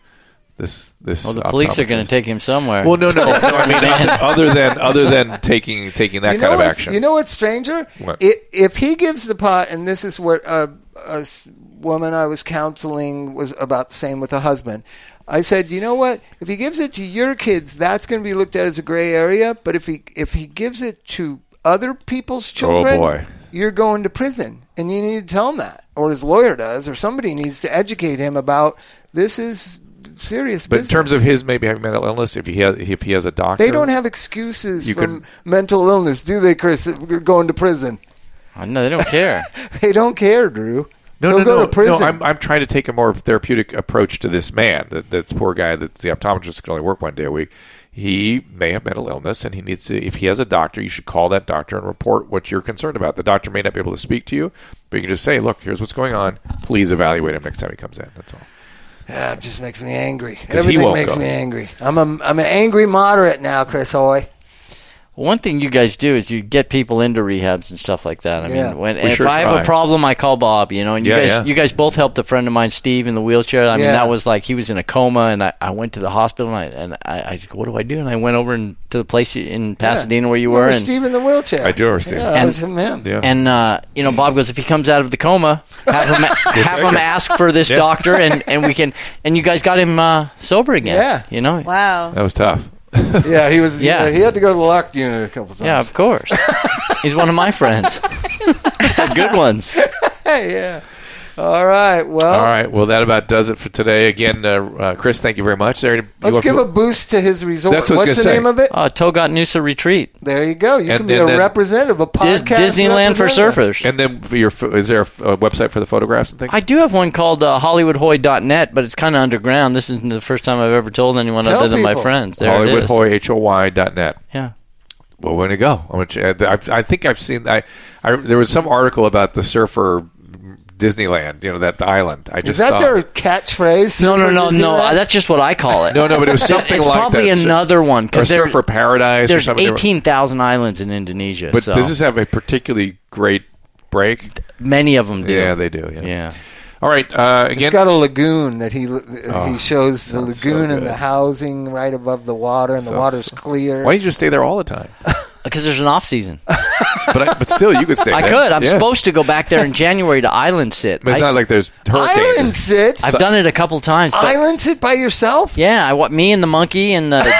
B: This this
D: Well, the police are going
B: optometrist.
D: to take Oh, him somewhere.
B: Well, no, no. no I mean, other than other than taking taking that
C: you know
B: kind of
C: what's-
B: action.
C: You know what's stranger?
B: What?
C: If, if he gives the pot, and this is what uh, a s- woman I was counseling was about the same with a husband. I said, you know what? If he gives it to your kids, that's going to be looked at as a gray area. But if he if he gives it to other people's children,
B: Oh, boy.
C: you're going to prison, and you need to tell him that, or his lawyer does, or somebody needs to educate him about this is serious.
B: but in
C: business.
B: terms of his maybe having mental illness, if he has if he has a doctor,
C: they don't have excuses
B: You
C: for
B: can-
C: mental illness, do they, Chris? You're going to prison.
D: no, they don't care.
C: They don't care, Drew.
B: No,
C: They'll
B: no,
C: go
B: no.
C: to prison.
B: No, I'm, I'm trying to take a more therapeutic approach to this man. That that's poor guy. That the optometrist can only work one day a week. He may have mental illness, and he needs to. If he has a doctor, you should call that doctor and report what you're concerned about. The doctor may not be able to speak to you, but you can just say, "Look, here's what's going on. Please evaluate him next time he comes in." That's all.
C: Yeah, Ah, it just makes me angry.
B: he
C: Everything
B: won't
C: makes
B: go.
C: me angry. I'm a I'm an angry moderate now, Chris Hoy.
D: One thing you guys do is you get people into rehabs and stuff like that. I
C: Yeah.
D: mean, when,
B: We
D: and if
B: sure
D: I have
B: try.
D: a problem, I call Bob. You know, and you
B: Yeah,
D: guys,
B: yeah.
D: you guys both helped a friend of mine, Steve, in the wheelchair. I mean,
C: Yeah.
D: that was like he was in a coma, and I, I went to the hospital, and I, and I, I just, what do I do? And I went over and, to the place in Pasadena where you were,
C: Remember
D: and
C: Steve in the wheelchair.
B: I do remember Steve.
C: Yeah, that
D: And-
C: was him. him.
B: Yeah.
D: And uh, you know, Bob goes, if he comes out of the coma, have him have him ask for this
B: Yeah.
D: doctor, and, and we can. And you guys got him uh, sober again.
C: Yeah.
D: you know.
F: Wow.
B: That was tough.
C: Yeah, he was.
D: Yeah.
C: Yeah, he had to go to the locked unit a couple times.
D: Yeah, of course. He's one of my friends. The Good ones.
C: Hey, yeah. All right. Well,
B: All right. Well, that about does it for today. Again, uh, uh, Chris, thank you very much. There, you
C: let's
B: want
C: give
B: to-
C: a boost to his resort.
B: That's what I was
C: What's the
B: gonna say.
C: name of it?
D: Oh, Togot Noosa Retreat,
C: There you go. You
B: And
C: can be
B: then
C: a
B: that-
C: representative, a
D: Dis-
C: podcast.
D: Disneyland for
C: representative.
D: surfers.
B: And then for your pho- is there a, f- a website for the photographs and things?
D: I do have one called uh, HollywoodHoy.net, but it's kind of underground. This isn't the first time I've ever told anyone
C: Tell
D: other than my
C: people.
D: friends. There it is.
B: HollywoodHoy H O Y dot net.
D: Yeah.
B: Well, where to go? I'm gonna ch- I, I think I've seen. I, I there was some article about the surfer Disneyland, you know, that island. I just
C: Is that
B: saw
C: their catchphrase?
D: No, no,
C: Surfer
D: no, no.
C: Disneyland?
D: That's just what I call it.
B: No, no, but it was something
D: it's
B: like
D: probably
B: that. Sur-
D: another one
B: or
D: because
B: Surfer Paradise or
D: There's
B: something. They were-
D: 18,000 islands in Indonesia.
B: But
D: so
B: does this have a particularly great break?
D: many of them do.
B: Yeah, they do. Yeah.
D: Yeah.
B: All right. Uh, again,
C: It's got a lagoon that he
D: Oh,
C: he shows the
B: sounds so
C: lagoon and the
B: good.
C: housing right above the water, and the
B: Sounds
C: water's
B: so-
C: clear.
B: why don't you just stay there all the time?
D: Because there's an off season.
B: But I, but still, you could stay.
D: I
B: there.
D: could. I'm
B: Yeah.
D: supposed to go back there in January to island sit.
B: But it's
D: I,
B: not like there's hurricanes.
C: Island sit,
D: I've done it a couple times. But
C: island sit by yourself.
D: Yeah, I want me and the monkey and the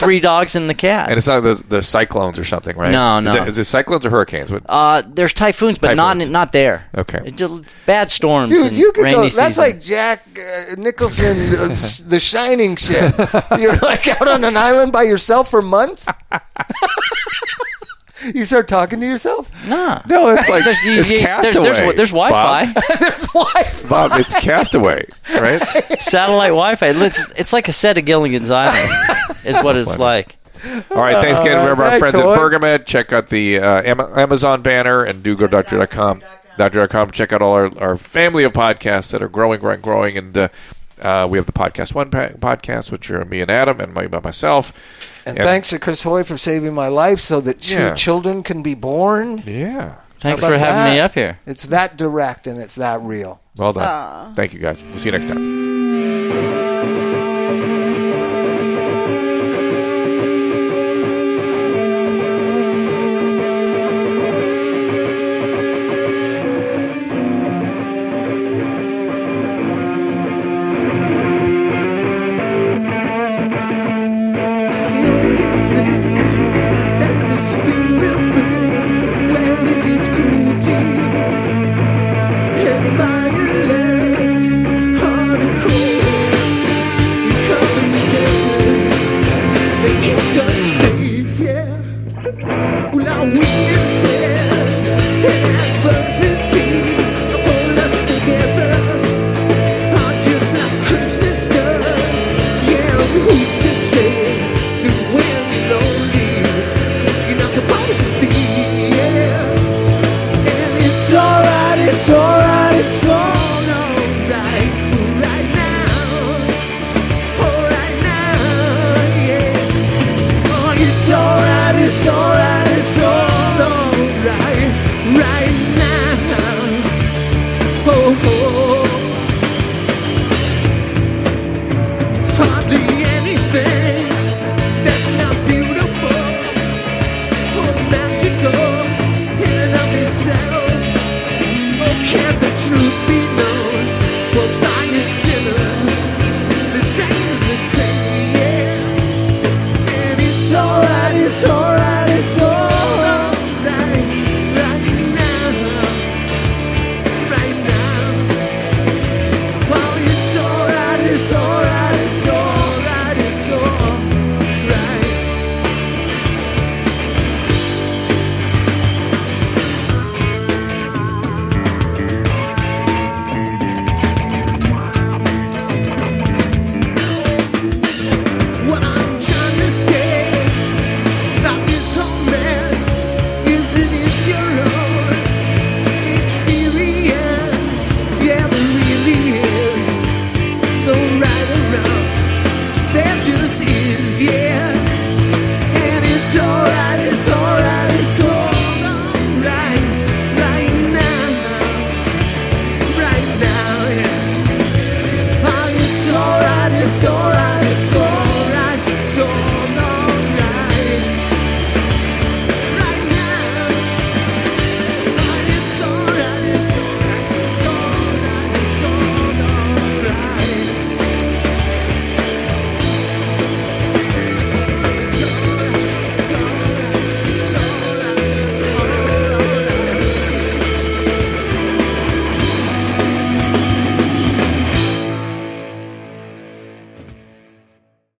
D: three dogs and the cat.
B: And it's not those the cyclones or something, right?
D: No,
B: Is,
D: no.
B: it, is it cyclones or hurricanes? What-
D: uh, there's typhoons, but
B: Typhoons.
D: not not there.
B: Okay.
D: It's just bad storms.
C: Dude,
D: and
C: you could
D: rainy
C: go. That's
D: season.
C: like Jack uh, Nicholson, uh, s- the Shining shit. You're like out on an island by yourself for months. you start talking to yourself.
D: nah.
B: no, it's like
D: There's, you-
B: it's
D: you- there's-
B: Castaway.
D: there's, there's Wi-Fi,
B: Bob,
C: There's wife.
B: Bob, it's Castaway, right?
D: satellite Wi-Fi. It's, it's like a set of Gilligan's Island, is what it's like.
B: All right, thanks again. Remember our
C: Uh, thanks,
B: friends at
C: Owen.
B: Bergamed. Check out the uh, Am- Amazon banner and do go to doctor.com. Doctor.com. Check out all our, our family of podcasts that are growing, growing, growing. And uh, uh, we have the Podcast One pa- podcast, which are me and Adam and my, by myself.
C: And thanks to Chris Hoy for saving my life so that two
B: Yeah.
C: children can be born.
B: Yeah.
D: Thanks
C: How
D: for
C: about
D: having me
C: that?
D: up here.
C: It's that direct and it's that real.
B: Well done. Thank you, guys. We'll see you next time.
G: It's alright, it's all alright right now. Alright now, yeah. Oh, it's alright, it's alright, it's all alright right now. Oh, oh. Oh, Oh,